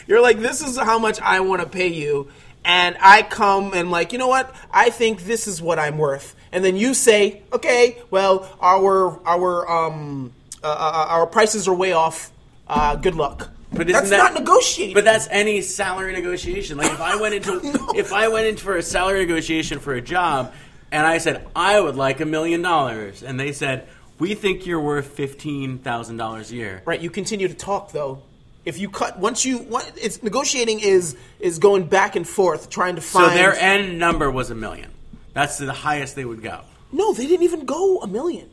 Speaker 4: You're like, this is how much I want to pay you. And I come and like, you know what? I think this is what I'm worth. And then you say, okay, well, our our um uh, uh, our prices are way off. Uh, good luck.
Speaker 3: But
Speaker 4: that's
Speaker 3: isn't
Speaker 4: not
Speaker 3: that-
Speaker 4: negotiating.
Speaker 3: But that's any salary negotiation. Like if I went into
Speaker 4: No.
Speaker 3: if I went in for a salary negotiation for a job, and I said I would like a million dollars, and they said we think you're worth fifteen thousand dollars a year.
Speaker 4: Right, you continue to talk though. If you cut once you what it's negotiating is is going back and forth trying to
Speaker 3: So
Speaker 4: find
Speaker 3: their end number was a million. That's the highest they would go.
Speaker 4: No, they didn't even go a million.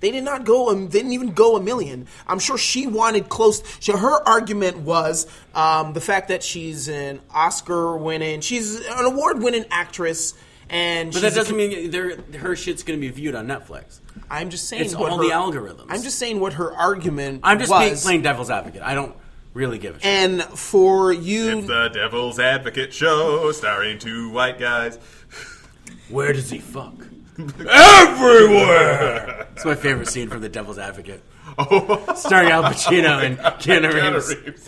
Speaker 4: They did not go. Um, they didn't even go a million. I'm sure she wanted close. She, her argument was um, the fact that she's an Oscar-winning, she's an award-winning actress, and
Speaker 3: But that doesn't mean their her shit's going to be viewed on Netflix.
Speaker 4: I'm just saying
Speaker 3: It's
Speaker 4: what
Speaker 3: all
Speaker 4: her-
Speaker 3: the algorithms.
Speaker 4: I'm just saying what her argument.
Speaker 3: I'm just being,
Speaker 4: was,
Speaker 3: playing devil's advocate. I don't really give a shit.
Speaker 4: And for you,
Speaker 2: It's the Devil's Advocate show starring two white guys.
Speaker 3: Where does he fuck?
Speaker 2: Everywhere!
Speaker 3: It's my favorite scene from The Devil's Advocate, starring Al Pacino and Keanu Reeves.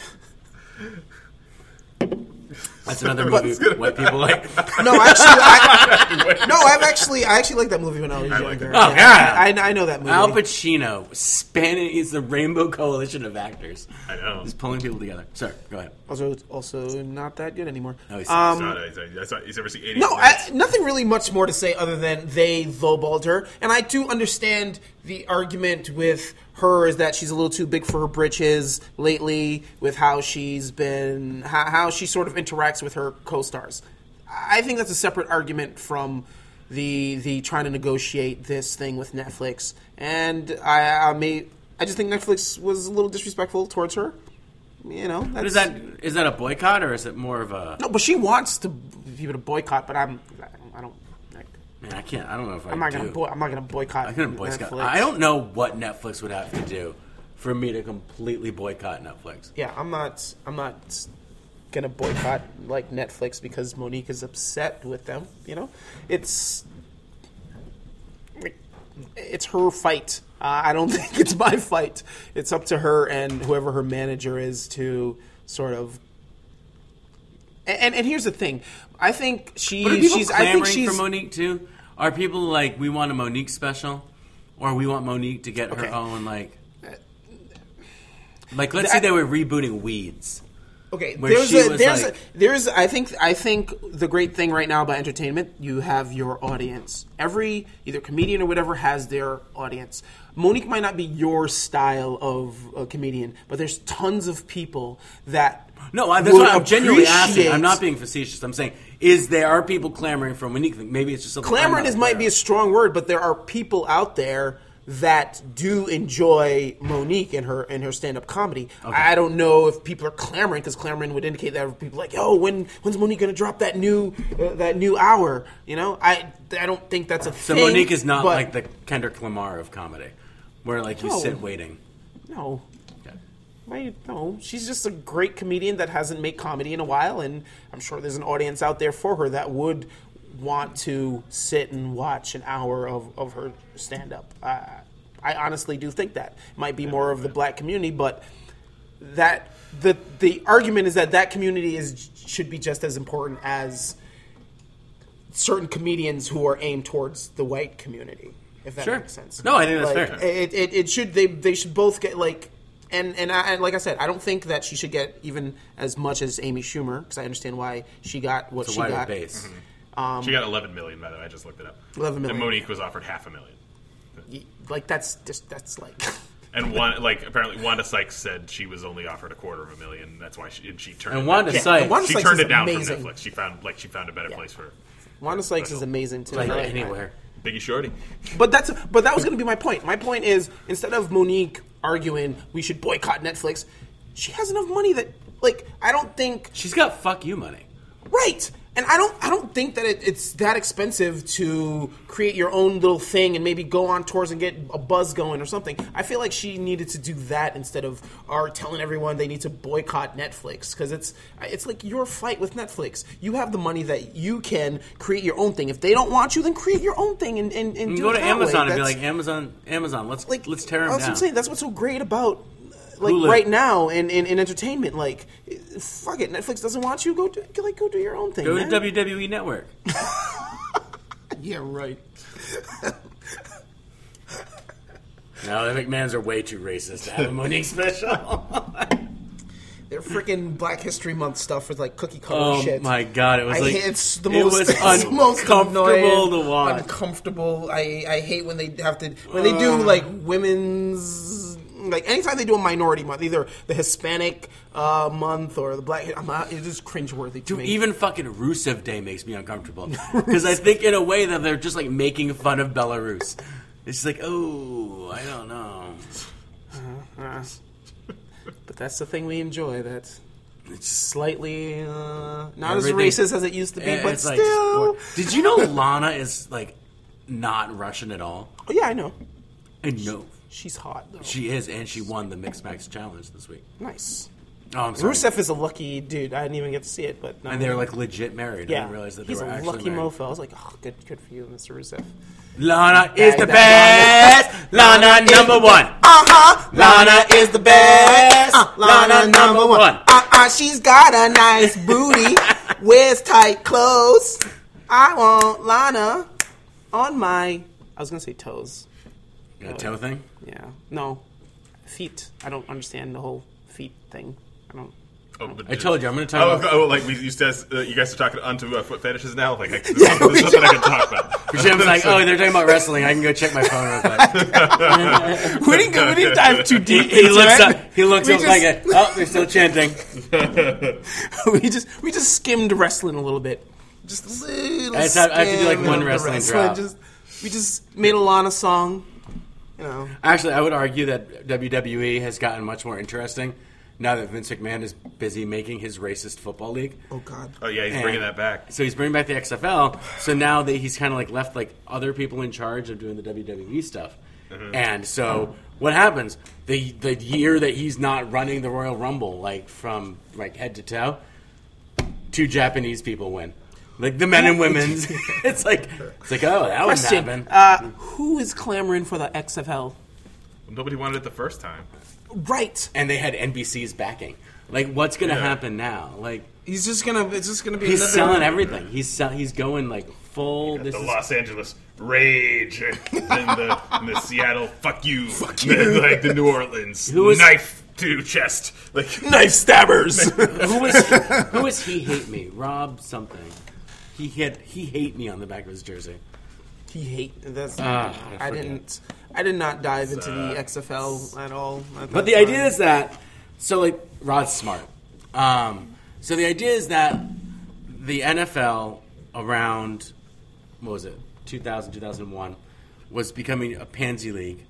Speaker 3: That's another movie white people like.
Speaker 4: No, actually, I, no. I've actually, I actually liked that movie when I was
Speaker 2: liked
Speaker 4: younger.
Speaker 2: it.
Speaker 3: Oh, yeah.
Speaker 4: I, I know that movie.
Speaker 3: Al Pacino, Spanish is the rainbow coalition of actors.
Speaker 2: I know.
Speaker 3: He's pulling people together. Sorry, go ahead.
Speaker 4: also, also not that good anymore. Um,
Speaker 3: No, he's-
Speaker 2: It's not- it's- it's- it's not- He's ever seen 80
Speaker 4: No, I, nothing really much more to say other than they lowballed her. And I do understand the argument with her is that she's a little too big for her britches lately with how she's been, how, how she sort of interacts with her co stars. I think that's a separate argument from the the trying to negotiate this thing with Netflix. And I, I may, I just think Netflix was a little disrespectful towards her. You know, that's,
Speaker 3: Is that is that a boycott or is it more of a?
Speaker 4: no, but she wants to people to boycott, but I'm I don't.
Speaker 3: Man, I can't. I don't know if I
Speaker 4: I'm not
Speaker 3: do.
Speaker 4: gonna. Boy, I'm not gonna boycott.
Speaker 3: I couldn't boycott.
Speaker 4: Netflix.
Speaker 3: I don't know what Netflix would have to do for me to completely boycott Netflix.
Speaker 4: Yeah, I'm not. I'm not gonna boycott like Netflix because Monique is upset with them. You know, it's it's her fight. Uh, I don't think it's my fight. It's up to her and whoever her manager is to sort of. And and, and here's the thing, I think she
Speaker 3: But are people
Speaker 4: she's. I
Speaker 3: clamoring
Speaker 4: think she's.
Speaker 3: for Monique too? Are people like we want a Monique special, or we want Monique to get
Speaker 4: Okay. Uh,
Speaker 3: her own like? Like let's say they were rebooting Weeds.
Speaker 4: Okay,
Speaker 3: where
Speaker 4: there's
Speaker 3: she
Speaker 4: a,
Speaker 3: was
Speaker 4: there's
Speaker 3: like-
Speaker 4: a, there's I think I think the great thing right now about entertainment, you have your audience. Every either comedian or whatever has their audience. Monique might not be your style of a comedian, but there's tons of people that
Speaker 3: No, I, that's what I'm
Speaker 4: would
Speaker 3: genuinely asking.
Speaker 4: appreciate-
Speaker 3: I'm not being facetious. I'm saying is there are people clamoring for Monique? Maybe it's just something. I'm
Speaker 4: Clamoring
Speaker 3: not
Speaker 4: is might
Speaker 3: aware
Speaker 4: be
Speaker 3: of.
Speaker 4: a strong word, but there are people out there that do enjoy Monique and her and her stand up comedy. I don't know if people are clamoring because clamoring would indicate that people are like, yo, when when's Monique gonna drop that new uh, that new hour? You know, I I don't think that's a
Speaker 3: So
Speaker 4: thing.
Speaker 3: Monique is not
Speaker 4: but-
Speaker 3: like the Kendrick Lamar of comedy, where like you
Speaker 4: No.
Speaker 3: sit waiting.
Speaker 4: no. Why- No, she's just a great comedian that hasn't made comedy in a while, and I'm sure there's an audience out there for her that would want to sit and watch an hour of, of her stand up. Uh, I honestly do think that might be more of the black community, but that the the argument is that that community is should be just as important as certain comedians who are aimed towards the white community. If that
Speaker 3: Sure.
Speaker 4: makes sense.
Speaker 3: No, I think that's
Speaker 4: Like,
Speaker 3: fair.
Speaker 4: It, it, it should they they should both get like and and, I, and like I said, I don't think that she should get even as much as Amy Schumer because I understand why she got what
Speaker 3: It's a
Speaker 4: she
Speaker 3: wider
Speaker 4: got.
Speaker 3: base.
Speaker 2: She got 11 million, by the way. I just looked it up.
Speaker 4: 11 million.
Speaker 2: And Monique was offered half a million.
Speaker 4: Y- Like that's just that's like
Speaker 2: And one, like apparently, Wanda Sykes said she was only offered a quarter of a million. That's why she and she turned.
Speaker 3: And
Speaker 2: it down.
Speaker 3: Wanda Sykes-
Speaker 4: Wanda
Speaker 2: she
Speaker 4: Sykes
Speaker 2: turned
Speaker 4: is
Speaker 2: it down
Speaker 4: amazing.
Speaker 2: from Netflix. She found like she found a better place for her.
Speaker 4: Wanda Sykes is amazing too.
Speaker 3: Like
Speaker 4: I- I-
Speaker 3: anywhere.
Speaker 2: Biggie Shorty.
Speaker 4: But that's but that was going to be my point. My point is instead of Monique arguing we should boycott Netflix, she has enough money that like I don't think
Speaker 3: She's got fuck you money.
Speaker 4: right. And I don't I don't think that it, it's that expensive to create your own little thing and maybe go on tours and get a buzz going or something. I feel like she needed to do that instead of are telling everyone they need to boycott Netflix because it's it's like your fight with Netflix. You have the money that you can create your own thing. If they don't want you, then create your own thing and and, and
Speaker 3: You
Speaker 4: do
Speaker 3: go
Speaker 4: it
Speaker 3: to
Speaker 4: that way.
Speaker 3: Amazon and be
Speaker 4: That's-
Speaker 3: like, Amazon, Amazon, let's
Speaker 4: like
Speaker 3: let's tear him
Speaker 4: that's
Speaker 3: down.
Speaker 4: What I'm saying that's what's so great about uh, like
Speaker 3: Hulu.
Speaker 4: right now in, in, in entertainment. Like, eh, fuck it, Netflix doesn't want you. Go do like go do your own thing.
Speaker 3: Go
Speaker 4: man.
Speaker 3: to WWE Network.
Speaker 4: yeah, right.
Speaker 3: no, the McMahons are way too racist to have a Monique special.
Speaker 4: Their freaking Black History Month stuff with like cookie cutter
Speaker 3: Oh
Speaker 4: shit.
Speaker 3: my god, it was
Speaker 4: I
Speaker 3: like
Speaker 4: hate, it's the
Speaker 3: it
Speaker 4: most,
Speaker 3: was
Speaker 4: it's the most
Speaker 3: uncomfortable
Speaker 4: annoying,
Speaker 3: to watch.
Speaker 4: Uncomfortable. I, I hate when they have to when they do like women's like anytime they do a minority month, either the Hispanic uh, month or the Black. I'm not, it's just cringeworthy to me.
Speaker 3: Even fucking Rusev Day makes me uncomfortable because I think in a way that they're just like making fun of Belarus. It's just like, oh, I don't know.
Speaker 4: Uh, but that's the thing we enjoy. That's slightly uh, not
Speaker 3: Everything-
Speaker 4: as racist as it used to be,
Speaker 3: Eh,
Speaker 4: but
Speaker 3: it's like just
Speaker 4: still.
Speaker 3: or- did you know Lana is like not Russian at all?
Speaker 4: Oh, yeah, I know.
Speaker 3: And no,
Speaker 4: She's hot though.
Speaker 3: she is, and she won the Mixed Max Challenge this week.
Speaker 4: nice.
Speaker 3: Oh, I'm sorry.
Speaker 4: Rusev is a lucky dude. I didn't even get to see it, but no.
Speaker 3: and they were like legit married. I
Speaker 4: yeah,
Speaker 3: didn't realize that they
Speaker 4: he's
Speaker 3: were
Speaker 4: a
Speaker 3: actually
Speaker 4: lucky
Speaker 3: married.
Speaker 4: mofo. I was like, oh, good, good for you, Mr. Rusev.
Speaker 3: Lana is
Speaker 4: Yeah,
Speaker 3: the
Speaker 4: that-
Speaker 3: best. Lana number one.
Speaker 4: Uh huh.
Speaker 3: Lana is the best.
Speaker 4: Uh, Lana number one. Uh uh, she's got a nice booty. Wears tight clothes. I want Lana on my. I was gonna say toes.
Speaker 3: A toe thing.
Speaker 4: Yeah. No. Feet. I don't understand the whole feet thing. I don't.
Speaker 2: Oh, but
Speaker 3: I told you I'm going to talk
Speaker 2: Oh,
Speaker 3: about.
Speaker 2: oh, like we, you guys, uh, you guys are talking onto uh, foot fetishes now. Like, like this is something- this is something I can talk about.
Speaker 3: Jim's like, oh, they're talking about wrestling. I can go check my phone real quick.
Speaker 4: We didn't, go, we didn't dive too
Speaker 3: He,
Speaker 4: deep.
Speaker 3: he
Speaker 4: into
Speaker 3: looks
Speaker 4: it.
Speaker 3: up. He looks
Speaker 4: We
Speaker 3: up
Speaker 4: just-
Speaker 3: like, a, oh, they're still chanting.
Speaker 4: we just we just skimmed wrestling a little bit. Just a little.
Speaker 3: I just have- I have to do, like,
Speaker 4: skim
Speaker 3: one
Speaker 4: of the
Speaker 3: wrestling
Speaker 4: wrestling.
Speaker 3: drop.
Speaker 4: Just- we just made a Lana song. You know.
Speaker 3: Actually, I would argue that WWE has gotten much more interesting now that Vince McMahon is busy making his racist football league.
Speaker 4: Oh God.
Speaker 2: oh yeah, he's
Speaker 3: And-
Speaker 2: bringing that back.
Speaker 3: So he's bringing back the XFL. So now that he's kind of like left like other people in charge of doing the WWE stuff.
Speaker 2: Mm-hmm.
Speaker 3: And so what happens the the year that he's not running the Royal Rumble like from like head to toe, two Japanese people win. Like the men and women's, it's like it's like oh that wouldn't
Speaker 4: Question:
Speaker 3: happen.
Speaker 4: uh, Who is clamoring for the XFL?
Speaker 2: Nobody wanted it the first time.
Speaker 4: Right.
Speaker 3: and they had NBC's backing. Like, what's gonna
Speaker 2: Yeah.
Speaker 3: happen now? Like,
Speaker 4: He's just gonna. It's just gonna be.
Speaker 3: he's
Speaker 4: another-
Speaker 3: selling everything. He's sell- he's going like full. This
Speaker 2: the
Speaker 3: is
Speaker 2: Los Angeles Rage, and then the, and the Seattle Fuck You, fuck you. like the New Orleans
Speaker 3: Who is-
Speaker 2: knife to chest. Like
Speaker 4: knife stabbers.
Speaker 3: who is who is he? Hate me, Rob something. He had he hate me on the back of his jersey.
Speaker 4: he hate. That's.
Speaker 3: Ah,
Speaker 4: I
Speaker 3: forget.
Speaker 4: didn't. I did not dive into the XFL at all.
Speaker 3: But the idea is that so like Rod's smart. Um, so the idea is that the NFL around what was it 2000 2001 was becoming a pansy league.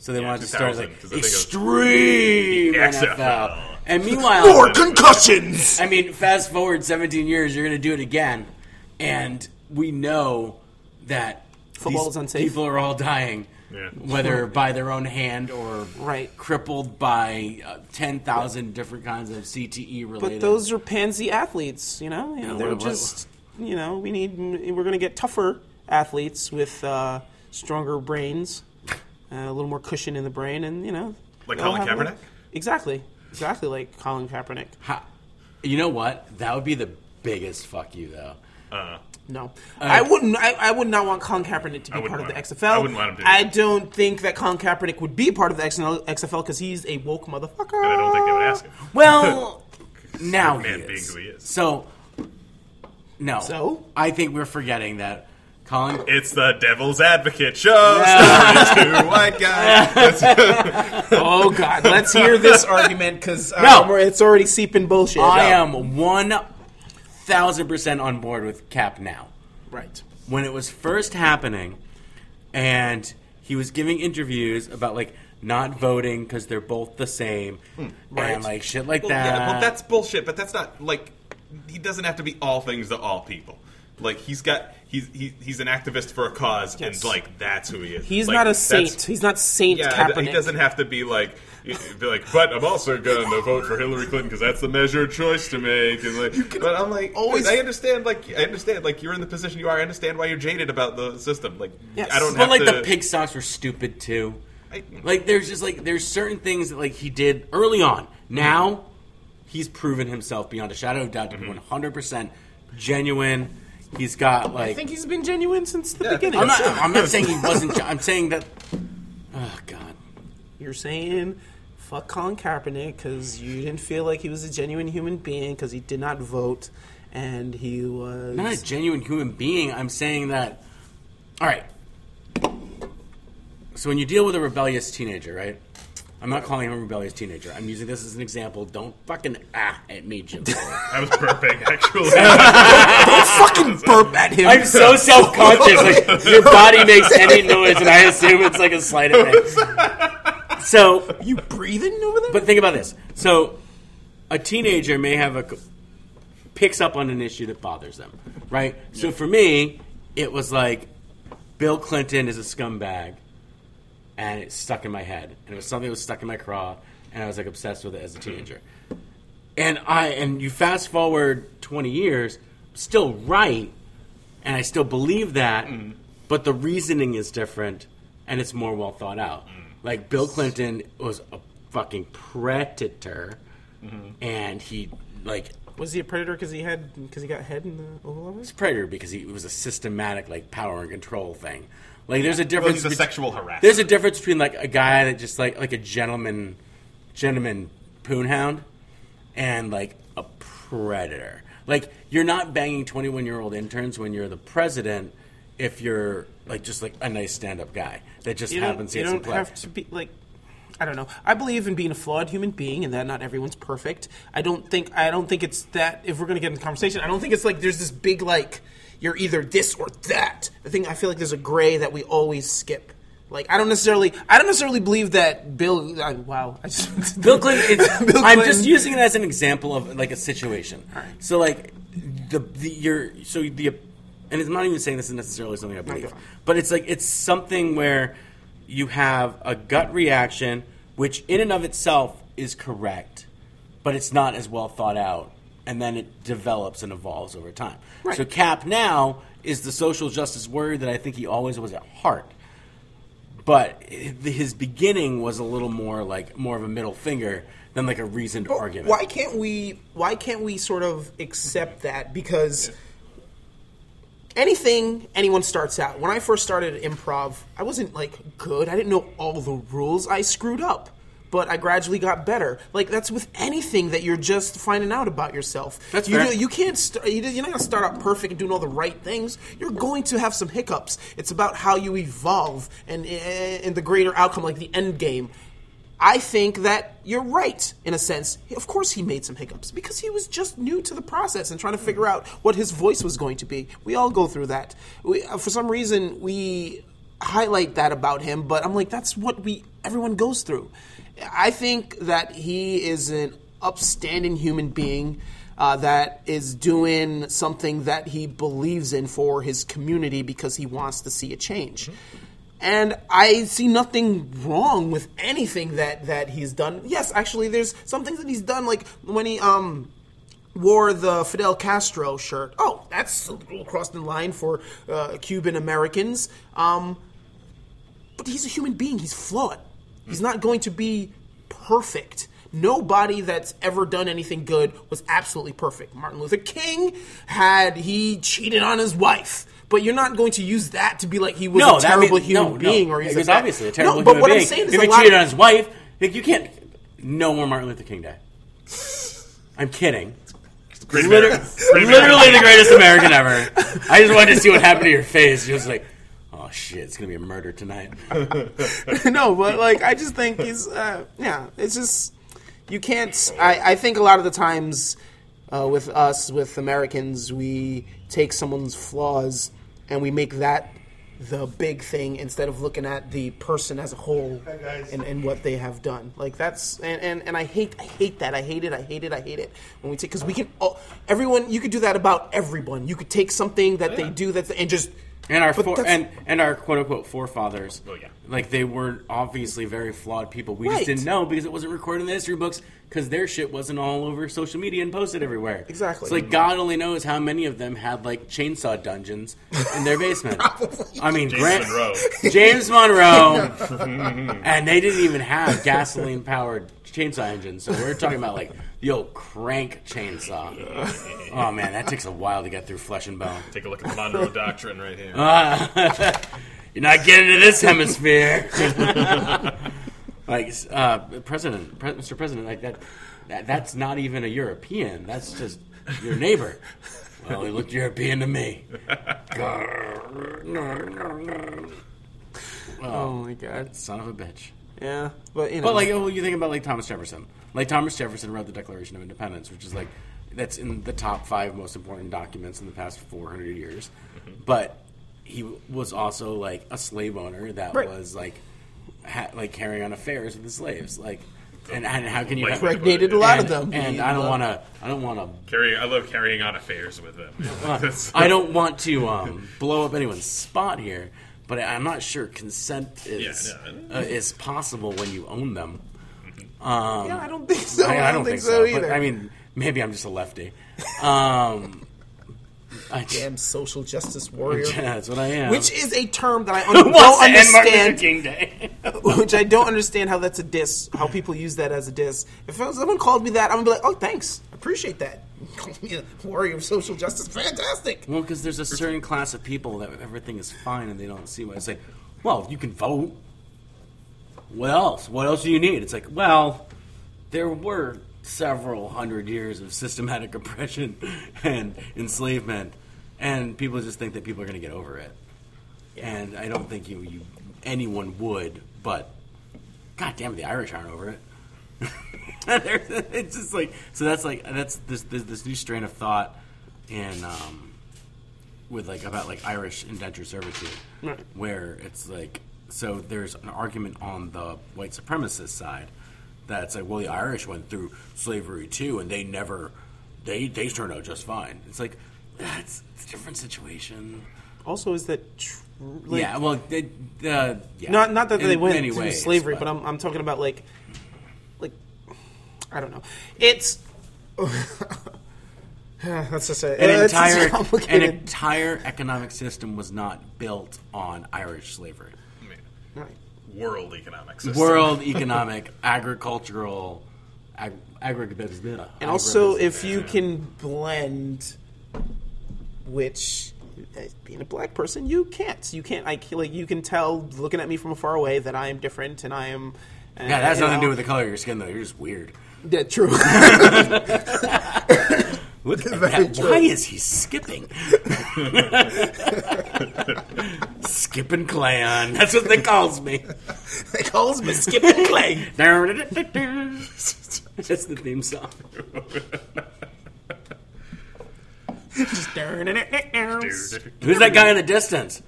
Speaker 3: So they wanted to start
Speaker 2: 2000,
Speaker 3: like
Speaker 2: 'cause I think it was-
Speaker 3: extreme
Speaker 2: The
Speaker 3: NFL.
Speaker 2: XFL.
Speaker 3: and meanwhile,
Speaker 1: concussions.
Speaker 3: I mean, fast forward 17 years, you're going to do it again. And we know that
Speaker 4: Football
Speaker 3: these
Speaker 4: is unsafe.
Speaker 3: People are all dying,
Speaker 2: Yeah.
Speaker 3: whether by their own hand or
Speaker 4: Right.
Speaker 3: crippled by uh, 10,000 different kinds of CTE related.
Speaker 4: But those are pansy athletes, you know. They're
Speaker 3: what- what-
Speaker 4: just, you know, we need. We're going to get tougher athletes with uh, stronger brains, uh, a little more cushion in the brain, and you know,
Speaker 2: Like
Speaker 4: they'll
Speaker 2: Colin
Speaker 4: have a-
Speaker 2: Kaepernick?
Speaker 4: Exactly, exactly like Colin Kaepernick.
Speaker 3: Ha- you know what? That would be the biggest fuck you, though.
Speaker 2: uh,
Speaker 4: No, I wouldn't. I, I would not want Colin Kaepernick to
Speaker 2: I
Speaker 4: be
Speaker 2: wouldn't
Speaker 4: part
Speaker 2: want
Speaker 4: of the
Speaker 2: him.
Speaker 4: XFL.
Speaker 2: I wouldn't want him to do
Speaker 4: I
Speaker 2: that.
Speaker 4: don't think that Colin Kaepernick would be part of the XFL because he's a woke motherfucker.
Speaker 2: and I don't think they would ask him.
Speaker 3: Well, now he
Speaker 2: Man being
Speaker 3: is.
Speaker 2: who he is.
Speaker 3: So, no.
Speaker 4: So?
Speaker 3: I think we're forgetting that Colin
Speaker 2: It's the Devil's Advocate show. starring Two white guys.
Speaker 4: Oh God, let's hear this argument because
Speaker 3: No.
Speaker 4: it's already seeping bullshit.
Speaker 3: I am one thousand percent on board with Cap now.
Speaker 4: right.
Speaker 3: When it was first happening, and he was giving interviews about like not voting because they're both the same,
Speaker 4: Right.
Speaker 3: and like shit like
Speaker 2: Well,
Speaker 3: that.
Speaker 2: yeah, well, that's bullshit. But that's not like he doesn't have to be all things to all people. Like he's got he's he, he's an activist for a cause,
Speaker 4: Yes.
Speaker 2: and like that's who he is.
Speaker 4: He's
Speaker 2: Like,
Speaker 4: not a
Speaker 2: that's-
Speaker 4: saint. He's not Saint
Speaker 2: Yeah,
Speaker 4: Kaepernick.
Speaker 2: and he doesn't have to be like, be like. But I'm also gonna vote for Hillary Clinton because that's the measure of choice to make. And like, but I'm like, always.
Speaker 4: always-
Speaker 2: I understand. Like, I understand. Like, you're in the position you are. I understand why you're jaded about the system. Like,
Speaker 4: Yes.
Speaker 2: I don't.
Speaker 3: but
Speaker 2: have
Speaker 3: like
Speaker 2: to,
Speaker 3: the pig socks were stupid too.
Speaker 2: I-
Speaker 3: like there's just like there's certain things that like he did early on. Now he's proven himself beyond a shadow of doubt to be 100 percent genuine. He's got like
Speaker 4: I think he's been genuine since the
Speaker 2: Yeah,
Speaker 4: beginning.
Speaker 3: I'm not. I'm not saying he wasn't. ge- I'm saying that. Oh God.
Speaker 4: You're saying fuck Colin Kaepernick because you didn't feel like he was a genuine human being because he did not vote and he was
Speaker 3: I'm not a genuine human being. I'm saying that. All right. So when you deal with a rebellious teenager, right? I'm not calling him a rebellious teenager. I'm using this as an example. Don't fucking ah at me, Jim.
Speaker 2: I was burping actually.
Speaker 4: fucking burp at him.
Speaker 3: I'm so self conscious. Like your body makes any noise, and I assume it's like a slight effect. So
Speaker 4: you breathing over there?
Speaker 3: But think about this. So, a teenager may have a picks up on an issue that bothers them, right? So for me, it was like Bill Clinton is a scumbag, and it stuck in my head, and it was something that was stuck in my craw, and I was like obsessed with it as a teenager. And I and you fast forward twenty years, still
Speaker 2: Mm-hmm.
Speaker 3: right, and I still believe that, but the reasoning is different, and it's more well thought out.
Speaker 2: Mm.
Speaker 3: Like Bill Clinton was a fucking predator,
Speaker 2: Mm-hmm.
Speaker 3: and he like
Speaker 4: Was he a predator because he had because he got head in the Oval Office?
Speaker 3: predator because he it was a systematic like power and control thing. Like there's a difference.
Speaker 2: he's a
Speaker 3: bet-
Speaker 2: sexual harasser.
Speaker 3: There's a difference between like a guy that just like like a gentleman, gentleman poonhound, and like a predator. Like you're not banging 21 year old interns when you're the president. If you're like just like a nice stand up guy that just
Speaker 4: You don't,
Speaker 3: happens to
Speaker 4: you
Speaker 3: get some
Speaker 4: don't
Speaker 3: play.
Speaker 4: have to be like. I don't know. I believe in being a flawed human being, and that not everyone's perfect. I don't think. I don't think it's that. If we're gonna get into conversation, I don't think it's like there's this big like you're either this or that. The thing I feel like there's a gray that we always skip. Like I don't necessarily. I don't necessarily believe that Bill. I, wow. I just,
Speaker 3: Bill Clinton. It's,
Speaker 4: Bill
Speaker 3: I'm
Speaker 4: Clinton.
Speaker 3: just using it as an example of like a situation. So like the the your so the and it's I'm not even saying this is necessarily something I believe,
Speaker 4: Okay.
Speaker 3: but it's like it's something where you have a gut reaction, which in and of itself is correct, but it's not as well thought out, and then it develops and evolves over time.
Speaker 4: Right.
Speaker 3: So Cap now is the social justice word that I think he always was at heart but his beginning was a little more like more of a middle finger than like a reasoned argument.
Speaker 4: Why can't we? Why can't we sort of accept that? Because anything anyone starts out. When I first started at improv, I wasn't like good. I didn't know all the rules. I screwed up. But I gradually got better. Like that's with anything that you're just finding out about yourself.
Speaker 3: That's
Speaker 4: you,
Speaker 3: fair.
Speaker 4: do- you can't. St- you, you're not gonna start out perfect and doing all the right things. You're going to have some hiccups. It's about how you evolve and and the greater outcome, like the end game. I think that you're right in a sense. Of course, he made some hiccups because he was just new to the process and trying to figure out what his voice was going to be. We all go through that. We, uh, for some reason, we highlight that about him, but I'm like, that's what we everyone goes through. I think that he is an upstanding human being uh, that is doing something that he believes in for his community because he wants to see a change. And I see nothing wrong with anything that that he's done. Yes, actually, there's some things that he's done, like when he um wore the Fidel Castro shirt. Oh, that's a little crossing the line for uh, Cuban Americans. Um, but he's a human being. He's flawed. He's not going to be perfect. Nobody that's ever done anything good was absolutely perfect. Martin Luther King had he cheated on his wife, but you're not going to use that to be like he was
Speaker 3: No,
Speaker 4: a
Speaker 3: that
Speaker 4: terrible
Speaker 3: means-
Speaker 4: human
Speaker 3: no, no.
Speaker 4: being or he's
Speaker 3: he
Speaker 4: a
Speaker 3: was
Speaker 4: bad-
Speaker 3: obviously a terrible
Speaker 4: No, but
Speaker 3: human
Speaker 4: what
Speaker 3: being.
Speaker 4: I'm saying is
Speaker 3: if
Speaker 4: a
Speaker 3: he
Speaker 4: lot
Speaker 3: cheated
Speaker 4: of-
Speaker 3: on his wife, like you can't. No more Martin Luther King Day. I'm kidding.
Speaker 2: Great
Speaker 3: Liter-
Speaker 2: American. Great
Speaker 3: literally the greatest American ever. I just wanted to see what happened to your face. You're just like, oh shit, it's gonna be a murder tonight.
Speaker 4: no, but like I just think he's uh, yeah. It's just you can't. I, I think a lot of the times uh, with us with Americans, we take someone's flaws and we make that the big thing instead of looking at the person as a whole and, and what they have done. Like that's and, and, and I hate I hate that. I hate it. I hate it. I hate it. When we take because we can all, everyone you could do that about everyone. You could take something that they do that's and just
Speaker 3: And our
Speaker 4: But
Speaker 3: fore
Speaker 4: that's-
Speaker 3: and and our quote unquote forefathers.
Speaker 2: Oh, yeah.
Speaker 3: like they were obviously very flawed people. We
Speaker 4: Right.
Speaker 3: just didn't know because it wasn't recorded in the history books because their shit wasn't all over social media and posted everywhere.
Speaker 4: Exactly.
Speaker 3: It's like God only knows how many of them had like chainsaw dungeons in their basement. I mean,
Speaker 2: James
Speaker 3: Grant
Speaker 2: Monroe.
Speaker 3: James Monroe, and they didn't even have gasoline powered chainsaw engines. So we're talking about like the old crank chainsaw. Oh man, that takes a while to get through flesh and bone.
Speaker 2: Take a look at the Monroe Doctrine right here.
Speaker 3: Uh. You're not getting to this hemisphere. like uh, President, Pre- Mr. President, like that, that. That's not even a European. That's just your neighbor. Well, he looked European to me.
Speaker 4: oh my god
Speaker 3: Son of a bitch.
Speaker 4: yeah. But you know
Speaker 3: But like, oh, you think about like Thomas Jefferson. Like Thomas Jefferson wrote the Declaration of Independence, which is like that's in the top five most important documents in the past 400 years. But he w- was also like a slave owner that
Speaker 4: Right.
Speaker 3: was like ha- like carrying on affairs with the slaves. Like, and, and how can you?
Speaker 2: Like
Speaker 3: have-
Speaker 2: Rick-
Speaker 4: impregnated a lot
Speaker 3: and,
Speaker 4: of them.
Speaker 3: And I don't want to. I don't want to
Speaker 2: Carrying, I love carrying on affairs with them. That's-
Speaker 3: I don't want to um, blow up anyone's spot here, but I'm not sure consent is
Speaker 2: Yeah,
Speaker 3: uh, is possible when you own them.
Speaker 4: Yeah, I don't think so.
Speaker 3: I, I don't think so. but,
Speaker 4: either.
Speaker 3: I mean, maybe I'm just a lefty. Um, I,
Speaker 4: Damn social justice warrior.
Speaker 3: yeah, that's what I am.
Speaker 4: Which is a term that I un- don't understand.
Speaker 3: King Day?
Speaker 4: which I don't understand how that's a diss. How people use that as a diss. If someone called me that, I'm gonna be like, "Oh, thanks, I appreciate that." Call me a warrior of social justice, fantastic.
Speaker 3: well, because there's a certain class of people that everything is fine and they don't see why. It's like, well, you can vote. What else? What else do you need? It's like, well, there were several hundred years of systematic oppression and enslavement, and people just think that people are going to get over it. And I don't think you, you anyone would, but God damn it, the Irish aren't over it. They're- it's just like so. That's like that's this this, this new strain of thought, and um, with like about like Irish indentured servitude, where it's like so there's an argument on the white supremacist side that's like well the Irish went through slavery too and they never they they turned out just fine. It's like that's it's a different situation.
Speaker 4: Also, is that true? Like,
Speaker 3: yeah, well, they, uh, yeah.
Speaker 4: Not not that
Speaker 3: In
Speaker 4: they went
Speaker 3: many
Speaker 4: through
Speaker 3: ways,
Speaker 4: slavery, but, I'm I'm talking about like like I don't know. It's that's just a,
Speaker 3: an
Speaker 4: it's just
Speaker 3: entire an
Speaker 4: complicated.
Speaker 3: entire economic system was not built on Irish slavery.
Speaker 2: I mean,
Speaker 4: Right.
Speaker 2: world economics. system.
Speaker 3: World economic, agricultural, ag- agribusiness.
Speaker 4: And also, if you can blend, which uh, being a black person, you can't. You can't. I c- like you can tell looking at me from far away that I am different and I am. Uh,
Speaker 3: yeah, that has
Speaker 4: you
Speaker 3: nothing to do
Speaker 4: know.
Speaker 3: with the color of your skin, though. You're just weird.
Speaker 4: Yeah, true.
Speaker 3: Look at
Speaker 1: Very
Speaker 3: that.
Speaker 1: true.
Speaker 3: Why is he skipping? skipping clan. That's what they calls me.
Speaker 4: they calls me Skip and Clay.
Speaker 3: That's the theme song. Who's that guy in the distance?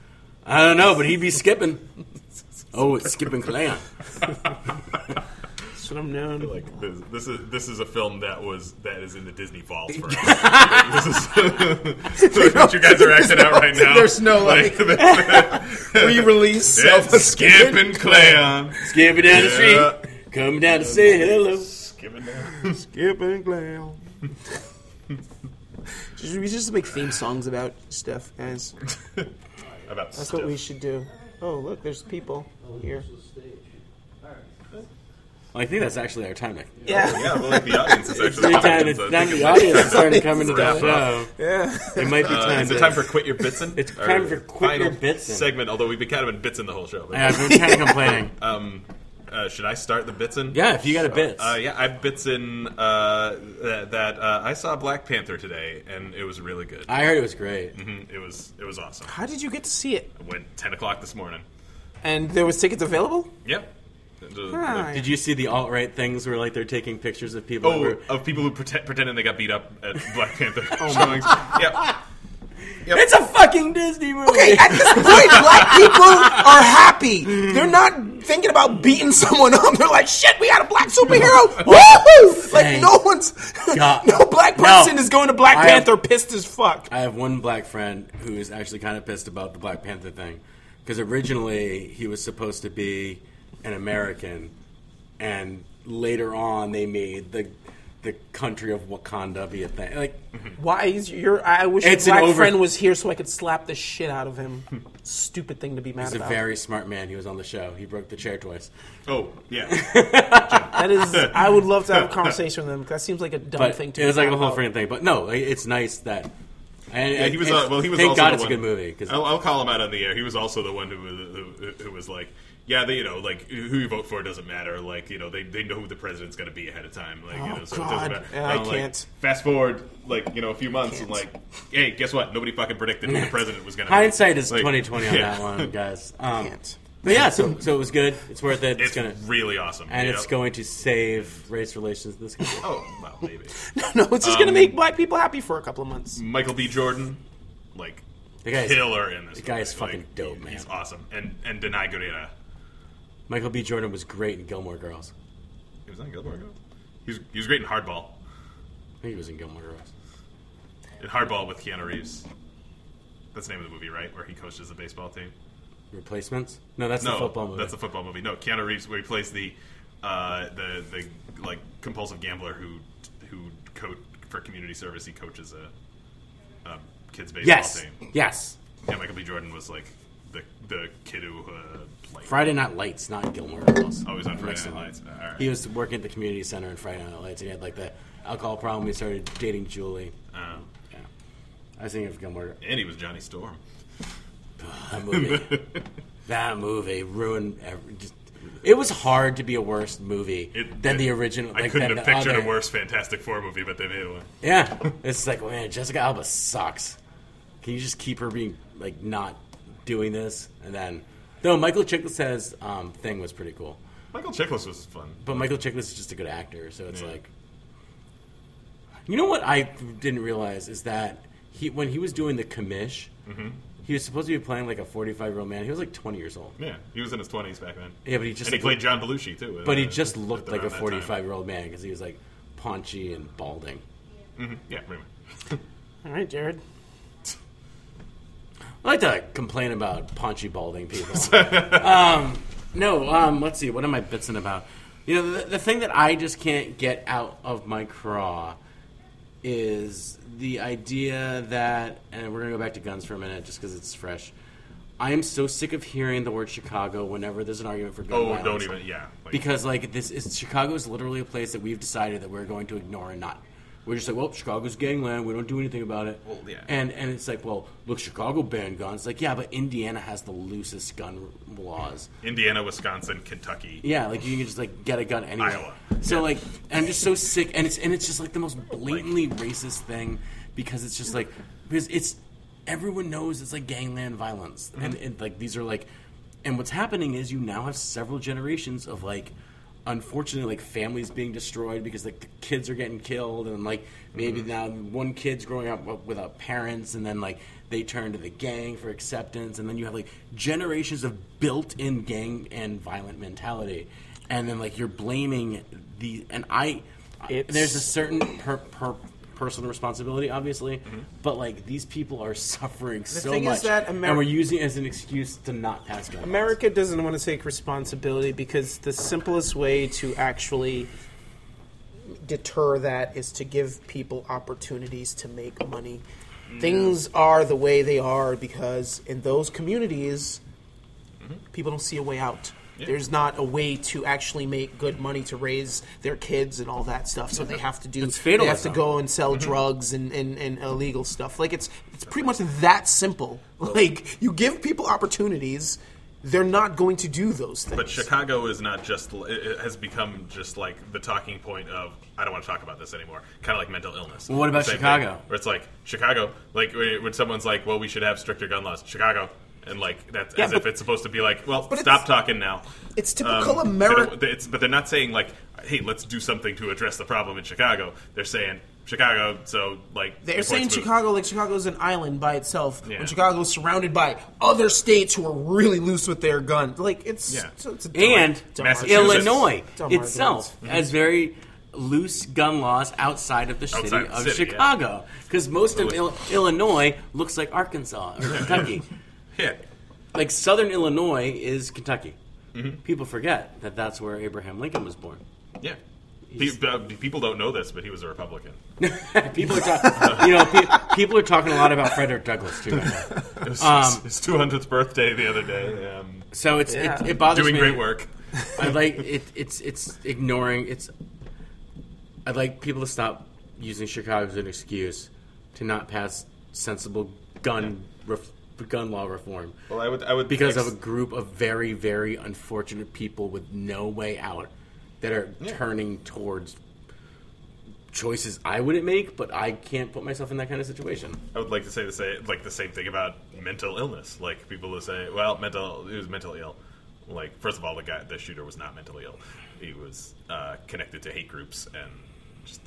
Speaker 3: I don't know, but he'd be skipping. Oh, it's skipping clan.
Speaker 4: That's what I'm known. Like,
Speaker 2: Like this, this is this is a film that was that is in the Disney vault for us. this is so what you guys are acting out right now.
Speaker 1: there's no, like- Re-release
Speaker 2: that's
Speaker 1: self
Speaker 2: Skip and Clam.
Speaker 3: Skipping down the
Speaker 2: Yeah.
Speaker 3: street. Come down to say hello.
Speaker 2: Skip and Clam.
Speaker 4: Skip and Clam. we just make theme songs about stuff, guys.
Speaker 2: About
Speaker 4: That's what we should do. Oh, look, there's people here.
Speaker 3: I think that's actually our time to.
Speaker 2: Yeah, well, like the audience is actually.
Speaker 3: Time to
Speaker 2: so I think
Speaker 3: time the
Speaker 2: it's-
Speaker 3: audience is starting to come into the
Speaker 2: Wrap
Speaker 3: show.
Speaker 2: up.
Speaker 4: Yeah.
Speaker 3: It might be
Speaker 2: Uh,
Speaker 3: time
Speaker 2: is
Speaker 3: to.
Speaker 2: it time for quit your bitsin?
Speaker 3: It's
Speaker 2: Our
Speaker 3: time for quit your
Speaker 2: final
Speaker 3: bitsin.
Speaker 2: segment. Although we've been kind of been bitsin the whole show. But,
Speaker 3: I've been kind of complaining.
Speaker 2: um, uh, should I start the bitsin?
Speaker 3: Yeah, if you got a bit.
Speaker 2: Uh, yeah, I bitsin uh, that, that uh, I saw Black Panther today, and it was really good.
Speaker 3: I heard it was great.
Speaker 2: Mhm, it was it was awesome.
Speaker 4: How did you get to see it?
Speaker 2: I went ten o'clock this morning.
Speaker 4: And there was tickets available?
Speaker 2: Yep. It was-
Speaker 4: Hi.
Speaker 3: Did you see the alt right things where like they're taking pictures of people?
Speaker 2: Oh,
Speaker 3: that were-
Speaker 2: of people who pretend, pretending they got beat up at Black Panther
Speaker 3: Oh,
Speaker 2: showings. Yep.
Speaker 3: it's a fucking Disney movie.
Speaker 4: Okay, at this point, black people are happy. They're not thinking about beating someone up. They're like, shit, we got a black superhero. Woohoo! Like,
Speaker 3: Oh, Thank
Speaker 4: no one's.
Speaker 3: God.
Speaker 4: No black
Speaker 3: No.
Speaker 4: person is going to Black
Speaker 3: I am-
Speaker 4: Panther pissed as fuck.
Speaker 3: I have one black friend who is actually kind of pissed about the Black Panther thing because originally he was supposed to be an American, and later on they made the the country of Wakanda be a thing. Like
Speaker 4: Why is your. I wish
Speaker 3: It's an
Speaker 4: your black
Speaker 3: over-
Speaker 4: friend was here so I could slap the shit out of him. Stupid thing to be mad
Speaker 3: he's a
Speaker 4: about.
Speaker 3: very smart man. He was on the show. He broke the chair twice.
Speaker 2: Oh, yeah.
Speaker 4: that is. I would love to have a conversation with him 'cause that seems like a dumb
Speaker 3: But
Speaker 4: thing
Speaker 3: it
Speaker 4: to be
Speaker 3: was like
Speaker 4: mad
Speaker 3: a whole
Speaker 4: about.
Speaker 3: friend thing. But no, like, it's nice that. And,
Speaker 2: Yeah, he was.
Speaker 3: it's-
Speaker 2: Uh, well, he was.
Speaker 3: Thank
Speaker 2: also
Speaker 3: God,
Speaker 2: the
Speaker 3: it's
Speaker 2: one,
Speaker 3: a good movie because
Speaker 2: I'll, I'll call him out on the air. He was also the one who was, who, who was like, yeah, they, you know, like who you vote for doesn't matter. Like you know, they, they know who the president's going to be ahead of time. Like you
Speaker 4: Oh,
Speaker 2: know, so it
Speaker 4: God.
Speaker 2: doesn't matter.
Speaker 4: Yeah, I
Speaker 2: Now, like,
Speaker 4: can't.
Speaker 2: fast forward like you know a few months and like, hey, guess what? Nobody fucking predicted who the president was going to.
Speaker 3: hindsight is
Speaker 2: like,
Speaker 3: twenty twenty on
Speaker 2: yeah.
Speaker 3: that one, guys. Um,
Speaker 4: Can't.
Speaker 3: But yeah, so so it was good. It's worth it.
Speaker 2: It's
Speaker 3: It's, gonna
Speaker 2: really awesome,
Speaker 3: and
Speaker 2: you
Speaker 3: it's
Speaker 2: know?
Speaker 3: going to save race relations in this country.
Speaker 2: Oh, well, maybe
Speaker 4: No, it's just
Speaker 3: Um,
Speaker 4: gonna make black people happy for a couple of months.
Speaker 2: Michael B. Jordan, like
Speaker 3: The guy's
Speaker 2: killer in this. The
Speaker 3: guy is fucking dope, man.
Speaker 2: He's awesome, and and Denai Gurira.
Speaker 3: Michael B. Jordan was great in Gilmore Girls.
Speaker 2: He was on Gilmore Girls. He was, he was great in Hardball.
Speaker 3: I think he was in Gilmore Girls.
Speaker 2: In Hardball with Keanu Reeves. That's the name of the movie, right? Where he coaches the baseball team.
Speaker 3: Replacements? No, that's
Speaker 2: No,
Speaker 3: the football movie.
Speaker 2: that's a football movie. No, Keanu Reeves, where he plays the uh, the the like compulsive gambler who who co- for community service. He coaches a, a kids baseball
Speaker 3: Yes.
Speaker 2: team.
Speaker 3: Yes.
Speaker 2: Yeah, Michael B. Jordan was like the the kid who uh, like
Speaker 3: Friday Night Lights, not Gilmore Girls.
Speaker 2: always Oh, on Friday
Speaker 3: Next
Speaker 2: Night
Speaker 3: one.
Speaker 2: Lights. All right.
Speaker 3: He was working at the community center in Friday Night Lights. and He had like the alcohol problem. He started dating Julie.
Speaker 2: Um,
Speaker 3: Yeah. I was thinking of Gilmore.
Speaker 2: and he was Johnny Storm.
Speaker 3: That movie. that movie ruined. Every, just, it was hard to be a worse movie
Speaker 2: It-
Speaker 3: than
Speaker 2: it-
Speaker 3: the original.
Speaker 2: I
Speaker 3: like,
Speaker 2: couldn't
Speaker 3: than
Speaker 2: have
Speaker 3: the
Speaker 2: pictured
Speaker 3: other.
Speaker 2: a worse Fantastic Four movie, but they made one.
Speaker 3: Yeah, it's like man, Jessica Alba sucks. Can you just keep her being like not doing this? And then, no, Michael Chiklis' um, thing was pretty cool,
Speaker 2: Michael Chiklis was fun.
Speaker 3: but Michael Chiklis is just a good actor, so it's
Speaker 2: Yeah.
Speaker 3: like, you know what I didn't realize is that he when he was doing the commish,
Speaker 2: Mm-hmm.
Speaker 3: he was supposed to be playing like a forty-five year old man. He was like twenty years old.
Speaker 2: Yeah, he was in his twenties back then.
Speaker 3: Yeah, but he just
Speaker 2: and he
Speaker 3: like,
Speaker 2: played John Belushi too. uh,
Speaker 3: but he just
Speaker 2: at
Speaker 3: looked like
Speaker 2: around that
Speaker 3: a
Speaker 2: time.
Speaker 3: forty-five year old man because he was like paunchy and balding.
Speaker 2: Mm-hmm. Yeah, pretty much.
Speaker 4: All right, Jared.
Speaker 3: I like to complain about paunchy balding people. um, no, um, let's see. What am I bitsing about? You know, the, the thing that I just can't get out of my craw is the idea that, and we're going to go back to guns for a minute just because it's fresh. I am so sick of hearing the word Chicago whenever there's an argument for gun
Speaker 2: Oh,
Speaker 3: violence.
Speaker 2: don't even. Yeah, like,
Speaker 3: Because like this is Chicago is literally a place that we've decided that we're going to ignore and not. We're just like, well, Chicago's gangland. We don't do anything about it.
Speaker 2: Well, yeah.
Speaker 3: And and it's like, well, look, Chicago banned guns. Like, yeah, but Indiana has the loosest gun laws.
Speaker 2: Indiana, Wisconsin, Kentucky.
Speaker 3: Yeah, like you can just like get a gun anywhere.
Speaker 2: Iowa.
Speaker 3: So like, I'm just so sick, and it's and it's just like the most blatantly racist thing because it's just like because it's everyone knows it's like gangland violence, and, and like these are like, and what's happening is you now have several generations of like. Unfortunately, like families being destroyed because like the kids are getting killed, and like maybe now one kid's growing up wi- without parents, and then like they turn to the gang for acceptance, and then you have like generations of built-in gang and violent mentality, and then like you're blaming the and I
Speaker 4: It's-
Speaker 3: there's a certain per, per personal responsibility obviously but like these people are suffering so
Speaker 4: thing is
Speaker 3: much
Speaker 4: that Ameri-
Speaker 3: and we're using it as an excuse to not pass gun laws.
Speaker 4: America doesn't want to take responsibility because the simplest way to actually deter that is to give people opportunities to make money.
Speaker 3: Mm-hmm.
Speaker 4: Things are the way they are because in those communities,
Speaker 3: Mm-hmm.
Speaker 4: people don't see a way out. There's not a way to actually make good money to raise their kids and all that stuff. So they have to do.
Speaker 3: It's
Speaker 4: They have to
Speaker 3: fatalism.
Speaker 4: go and sell
Speaker 2: Mm-hmm.
Speaker 4: drugs and, and, and illegal stuff. Like it's it's pretty much that simple. Like you give people opportunities, they're not going to do those things.
Speaker 2: But Chicago is not just it- it has become just like the talking point of I don't want to talk about this anymore. Kind of like mental illness.
Speaker 3: Well, what about
Speaker 2: Same thing,
Speaker 3: Chicago?
Speaker 2: where it's like Chicago, like wh- when someone's like, "Well, we should have stricter gun laws." Chicago, and like that's
Speaker 4: Yeah,
Speaker 2: as if
Speaker 4: but-
Speaker 2: it's supposed to be like, "Well,
Speaker 4: but
Speaker 2: stop
Speaker 4: it's-
Speaker 2: talking now." Um,
Speaker 4: it's typical
Speaker 2: they
Speaker 4: Ameri-
Speaker 2: don't- It's but they're not saying like, "Hey, let's do something to address the problem in Chicago." They're saying Chicago, so like
Speaker 4: They're
Speaker 2: your
Speaker 4: saying
Speaker 2: point's moot.
Speaker 4: Chicago like Chicago is an island by itself,
Speaker 2: Yeah.
Speaker 4: when Chicago is surrounded by other states who are really loose with their guns. Like it's
Speaker 2: Yeah.
Speaker 4: so it's a dumb-
Speaker 3: and
Speaker 4: dumb
Speaker 2: Massachusetts-
Speaker 4: argument.
Speaker 3: Illinois
Speaker 4: Dumb
Speaker 3: itself has very loose gun laws outside of the city
Speaker 2: Outside the
Speaker 3: of
Speaker 2: city, yeah.
Speaker 3: Chicago because most of Il- Illinois looks like Arkansas or Kentucky.
Speaker 2: Yeah.
Speaker 3: like Southern Illinois is Kentucky. People forget that that's where Abraham Lincoln was born.
Speaker 2: Yeah. Pe- uh, People don't know this, but he was a Republican.
Speaker 3: People are talking, you know, pe- people are talking a lot about Frederick Douglass too. Right now.
Speaker 2: It was
Speaker 3: Um,
Speaker 2: his 200th birthday the other day. Um,
Speaker 3: So it's
Speaker 4: Yeah.
Speaker 3: it, it bothers
Speaker 2: doing
Speaker 3: me.
Speaker 2: great work.
Speaker 3: I like it. It's it's ignoring. It's I'd like people to stop using Chicago as an excuse to not pass sensible gun ref, gun law reform
Speaker 2: Well, I would, I would
Speaker 3: because
Speaker 2: ex-
Speaker 3: of a group of very very unfortunate people with no way out that are turning towards choices I wouldn't make, but I can't put myself in that kind of situation.
Speaker 2: I would like to say the same, like the same thing about mental illness. Like people who say, "Well, mental, he was mentally ill." Like, first of all, the guy, the shooter, was not mentally ill. He was uh, connected to hate groups and just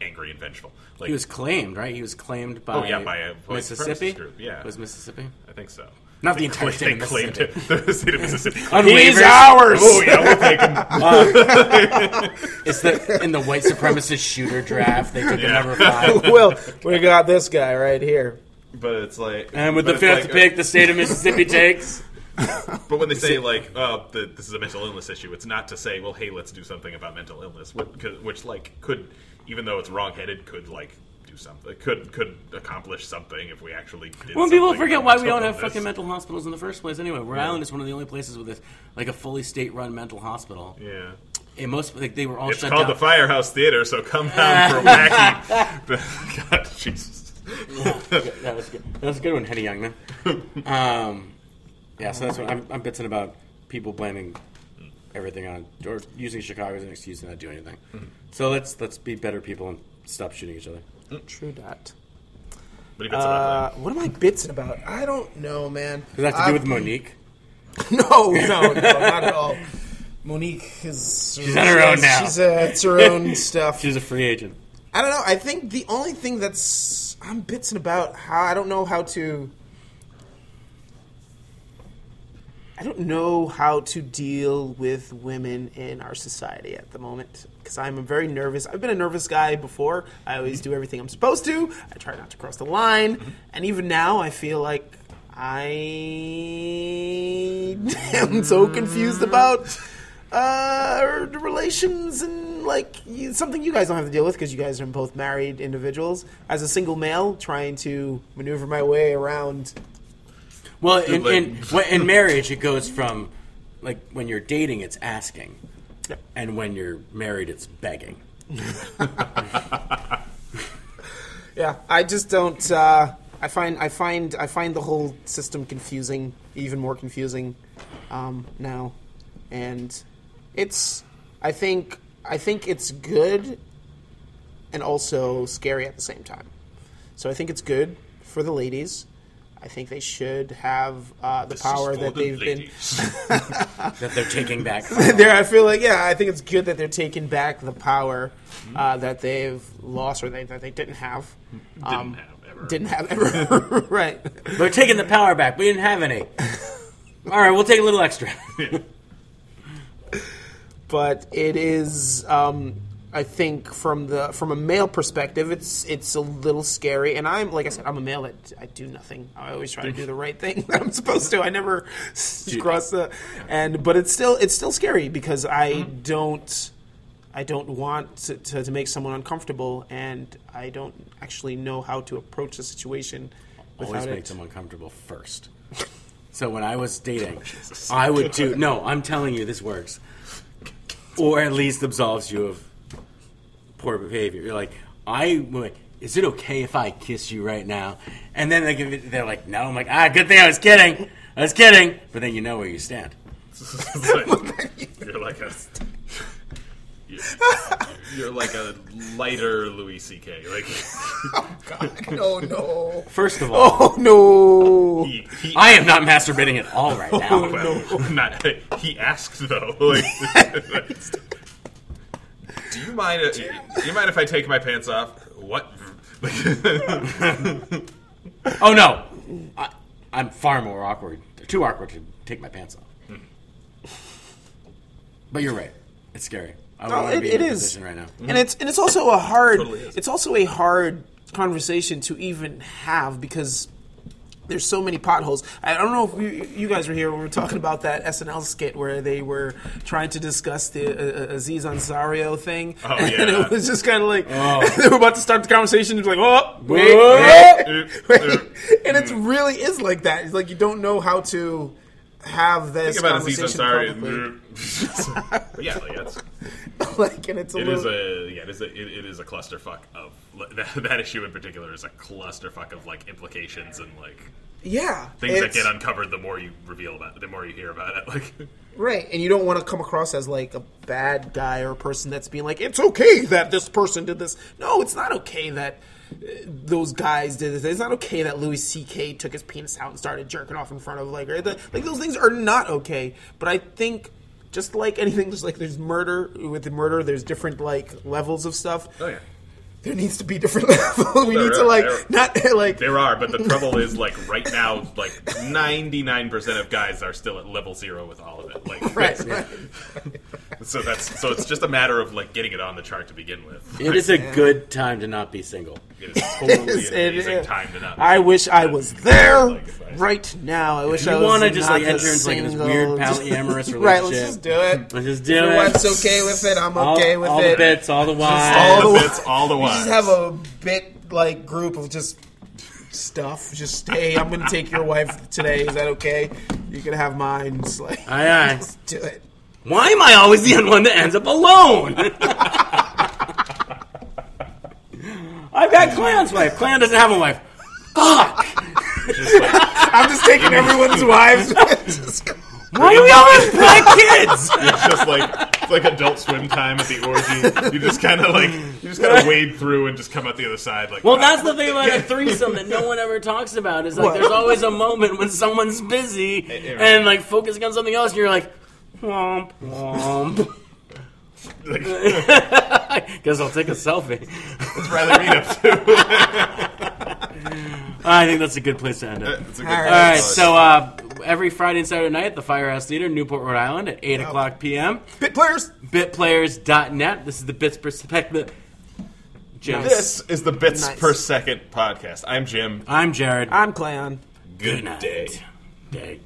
Speaker 2: angry and vengeful. Like,
Speaker 3: He was claimed, right? He was claimed by,
Speaker 2: Oh, yeah, by a white
Speaker 3: Mississippi.
Speaker 2: supremacist group, yeah.
Speaker 3: was Mississippi.
Speaker 2: I think so.
Speaker 3: Not
Speaker 2: They
Speaker 3: the entire
Speaker 2: cla-
Speaker 3: state
Speaker 2: they
Speaker 3: of
Speaker 2: claimed it. The state of Mississippi.
Speaker 3: On
Speaker 2: He's
Speaker 3: waivers?
Speaker 2: ours. Oh yeah, we'll take him.
Speaker 3: It's the in the white supremacist shooter draft. They took the
Speaker 2: Yeah.
Speaker 3: number five,
Speaker 4: well, we got this guy right here.
Speaker 2: But it's like,
Speaker 3: and with
Speaker 2: but
Speaker 3: the
Speaker 2: it's
Speaker 3: fifth
Speaker 2: like-
Speaker 3: pick, the state of Mississippi takes.
Speaker 2: But when they say like, "Oh, the, this is a mental illness issue," it's not to say, "Well, hey, let's do something about mental illness," which, which like could, even though it's wrong-headed, could like do something. Could could accomplish something if we actually. Did
Speaker 3: When people
Speaker 2: something
Speaker 3: forget
Speaker 2: about
Speaker 3: why we don't
Speaker 2: this.
Speaker 3: have fucking mental hospitals in the first place, anyway. Rhode Island is one of the only places with this, like a fully state-run mental hospital.
Speaker 2: Yeah.
Speaker 3: And most, like, they were all
Speaker 2: It's
Speaker 3: shut
Speaker 2: called
Speaker 3: down.
Speaker 2: the Firehouse Theater, so come down for wacky. God, Jesus.
Speaker 3: that was good. That was a good one, Henny Youngman. Um, yeah, so that's what I'm, I'm bitching about. People blaming everything on or using Chicago as an excuse to not do anything. So let's let's be better people and stop shooting each other.
Speaker 4: True dot.
Speaker 2: But he bits
Speaker 4: Uh, what am I bits about? I don't know, man.
Speaker 3: Does that have to do with Monique?
Speaker 4: No, no, no, not at all. Monique is she's
Speaker 3: on her own now.
Speaker 4: She's uh, it's her own stuff.
Speaker 3: She's a free agent.
Speaker 4: I don't know. I think the only thing that's I'm bitsing about how I don't know how to. I don't know how to deal with women in our society at the moment because I'm a very nervous. I've been a nervous guy before. I always do everything I'm supposed to. I try not to cross the line, and even now I feel like I am so confused about uh, the relations and like you, something you guys don't have to deal with because you guys are both married individuals. As a single male, trying to maneuver my way around.
Speaker 3: Well, in,
Speaker 2: like-
Speaker 3: in when- in marriage, it goes from like when you're dating, it's asking,
Speaker 4: Yeah.
Speaker 3: and when you're married, it's begging.
Speaker 4: Yeah, I just don't. Uh, I find I find I find the whole system confusing, even more confusing um, now, and it's. I think I think it's good, and also scary at the same time. So I think it's good for the ladies. I think they should have uh, the power that they've been.
Speaker 3: That they're taking back.
Speaker 4: there, I feel like yeah, I think it's good that they're taking back the power
Speaker 2: Mm-hmm.
Speaker 4: uh, that they've lost or they, that they didn't have. Didn't
Speaker 2: have ever.
Speaker 4: Didn't have ever. right.
Speaker 3: They're taking the power back. We didn't have any. All right, we'll take a little extra.
Speaker 4: But it is. Um, I think from the from a male perspective, it's it's a little scary. And I'm like I said, I'm a male. That I do nothing. I always try to do the right thing that I'm supposed to. I never cross the. And but it's still it's still scary because I
Speaker 3: Mm-hmm.
Speaker 4: don't. I don't want to, to, to make someone uncomfortable, and I don't actually know how to approach the situation
Speaker 3: always
Speaker 4: without
Speaker 3: make
Speaker 4: it.
Speaker 3: them uncomfortable first. So when I was dating, I would do no. I'm telling you, this works, or at least absolves you of poor behavior. You're like, I would. Is it okay if I kiss you right now? And then they give it, they're like, no. I'm like, ah, good thing I was kidding. I was kidding. But then you know where you stand.
Speaker 2: you're like a. You're, you're like a lighter Louis C.K. Like
Speaker 4: No, no.
Speaker 3: First of all,
Speaker 4: Oh no.
Speaker 2: he, he
Speaker 3: I am not masturbating at all right now.
Speaker 2: well, not, he asked though. Like, do you mind? If, do you mind if I take my pants off? What? Like,
Speaker 3: Oh no, I, I'm far more awkward. Too awkward to take my pants off. But you're right. It's scary. I
Speaker 4: Hmm. No,
Speaker 3: want to
Speaker 4: it-
Speaker 3: be
Speaker 4: it
Speaker 3: in a
Speaker 4: is.
Speaker 3: position right now.
Speaker 4: and it's and it's also a hard
Speaker 2: Totally is.
Speaker 4: it's also a hard conversation to even have because there's so many potholes. I don't know if we, you guys were here when we were talking about that SNL skit where they were trying to discuss the uh, uh, Aziz Ansari thing,
Speaker 2: Oh,
Speaker 4: and
Speaker 2: yeah.
Speaker 4: it was just kind of like
Speaker 3: Oh.
Speaker 4: they were about to start the conversation. It's like, oh, wait,
Speaker 3: Wait,
Speaker 4: wait,
Speaker 2: wait,
Speaker 4: wait.
Speaker 2: wait.
Speaker 4: and it really is like that. It's like you don't know how to have this
Speaker 2: think about Aziz
Speaker 4: conversation
Speaker 2: Ansari. mm-hmm.
Speaker 4: publicly.
Speaker 2: and- But yeah, like, that's,
Speaker 4: like, and it's a
Speaker 2: it is
Speaker 4: little.
Speaker 2: a yeah, it is a, it, it is a clusterfuck of that, that issue in particular is a clusterfuck of like implications and like
Speaker 4: yeah,
Speaker 2: things that
Speaker 4: it's-
Speaker 2: get uncovered the more you reveal about it, the more you hear about it. Like
Speaker 4: Right, and you don't want to come across as like a bad guy or a person that's being like, it's okay that this person did this. No, it's not okay that uh, those guys did this. It's not okay that Louis C.K. took his penis out and started jerking off in front of like, or the- like those things are not okay. But I think just like anything, just like there's murder with the murder, there's different like levels of stuff.
Speaker 2: oh yeah.
Speaker 4: There needs to be different levels. we
Speaker 2: There
Speaker 4: need to
Speaker 2: are-
Speaker 4: like
Speaker 2: there-
Speaker 4: not like
Speaker 2: There are, but the trouble is, like right now, like ninety nine percent of guys are still at level zero with all of it. Like,
Speaker 4: right, right.
Speaker 2: so that's so it's just a matter of like getting it on the chart to begin with.
Speaker 3: It is a good time to not be single.
Speaker 2: It is totally
Speaker 4: It's-
Speaker 2: an
Speaker 4: it
Speaker 2: amazing
Speaker 4: is.
Speaker 2: time to not.
Speaker 4: I wish I was there
Speaker 2: Like, if I-
Speaker 4: right now. I wish I
Speaker 3: You
Speaker 4: was.
Speaker 3: want to just like
Speaker 4: not a
Speaker 3: enter into like this
Speaker 4: single-
Speaker 3: weird polyamorous relationship?
Speaker 4: right, let's just do it.
Speaker 3: Let's just do
Speaker 4: Your
Speaker 3: it.
Speaker 4: wife's okay with it. I'm
Speaker 3: All,
Speaker 4: okay with
Speaker 3: all
Speaker 4: it.
Speaker 3: the bits, all the
Speaker 2: all
Speaker 3: wives.
Speaker 2: the bits, all the
Speaker 4: We
Speaker 2: ones.
Speaker 4: just have a bit like group of just stuff. Just hey, I'm gonna take your wife today. Is that okay? You can have mine. It's like
Speaker 3: Aye, aye.
Speaker 4: just do it.
Speaker 3: Why am I always the one that ends up alone? I've got Clan's wife. Clan doesn't have a wife.
Speaker 2: Just like,
Speaker 4: I'm just taking everyone's wives. Just-
Speaker 3: Why do we always black kids?
Speaker 2: it's just like it's like Adult Swim time at the orgy. You just kind of like you just kind of wade through and just come out the other side. Like
Speaker 3: Well, that's the thing about a threesome that no one ever talks about. Is like
Speaker 4: What?
Speaker 3: there's always a moment when someone's busy
Speaker 2: yeah.
Speaker 3: and like focusing on something else, and you're like, womp womp.
Speaker 2: like,
Speaker 3: Guess I'll take a selfie.
Speaker 2: it's Riley Reid up to.
Speaker 3: I think that's a good place to end it.
Speaker 2: It's a good
Speaker 4: All
Speaker 3: All right,
Speaker 2: thought.
Speaker 3: so uh, every Friday and Saturday night at the Firehouse Theater, Newport, Rhode Island, at 8 o'clock p.m.
Speaker 4: Bit players.
Speaker 3: Bitplayers.net. This is the Bits Perspective. Jim.
Speaker 2: this is the Bits
Speaker 4: Nice.
Speaker 2: Per Second podcast. I'm Jim.
Speaker 3: I'm Jared.
Speaker 4: I'm Cleon.
Speaker 2: Good
Speaker 3: night.
Speaker 2: day.
Speaker 3: Day.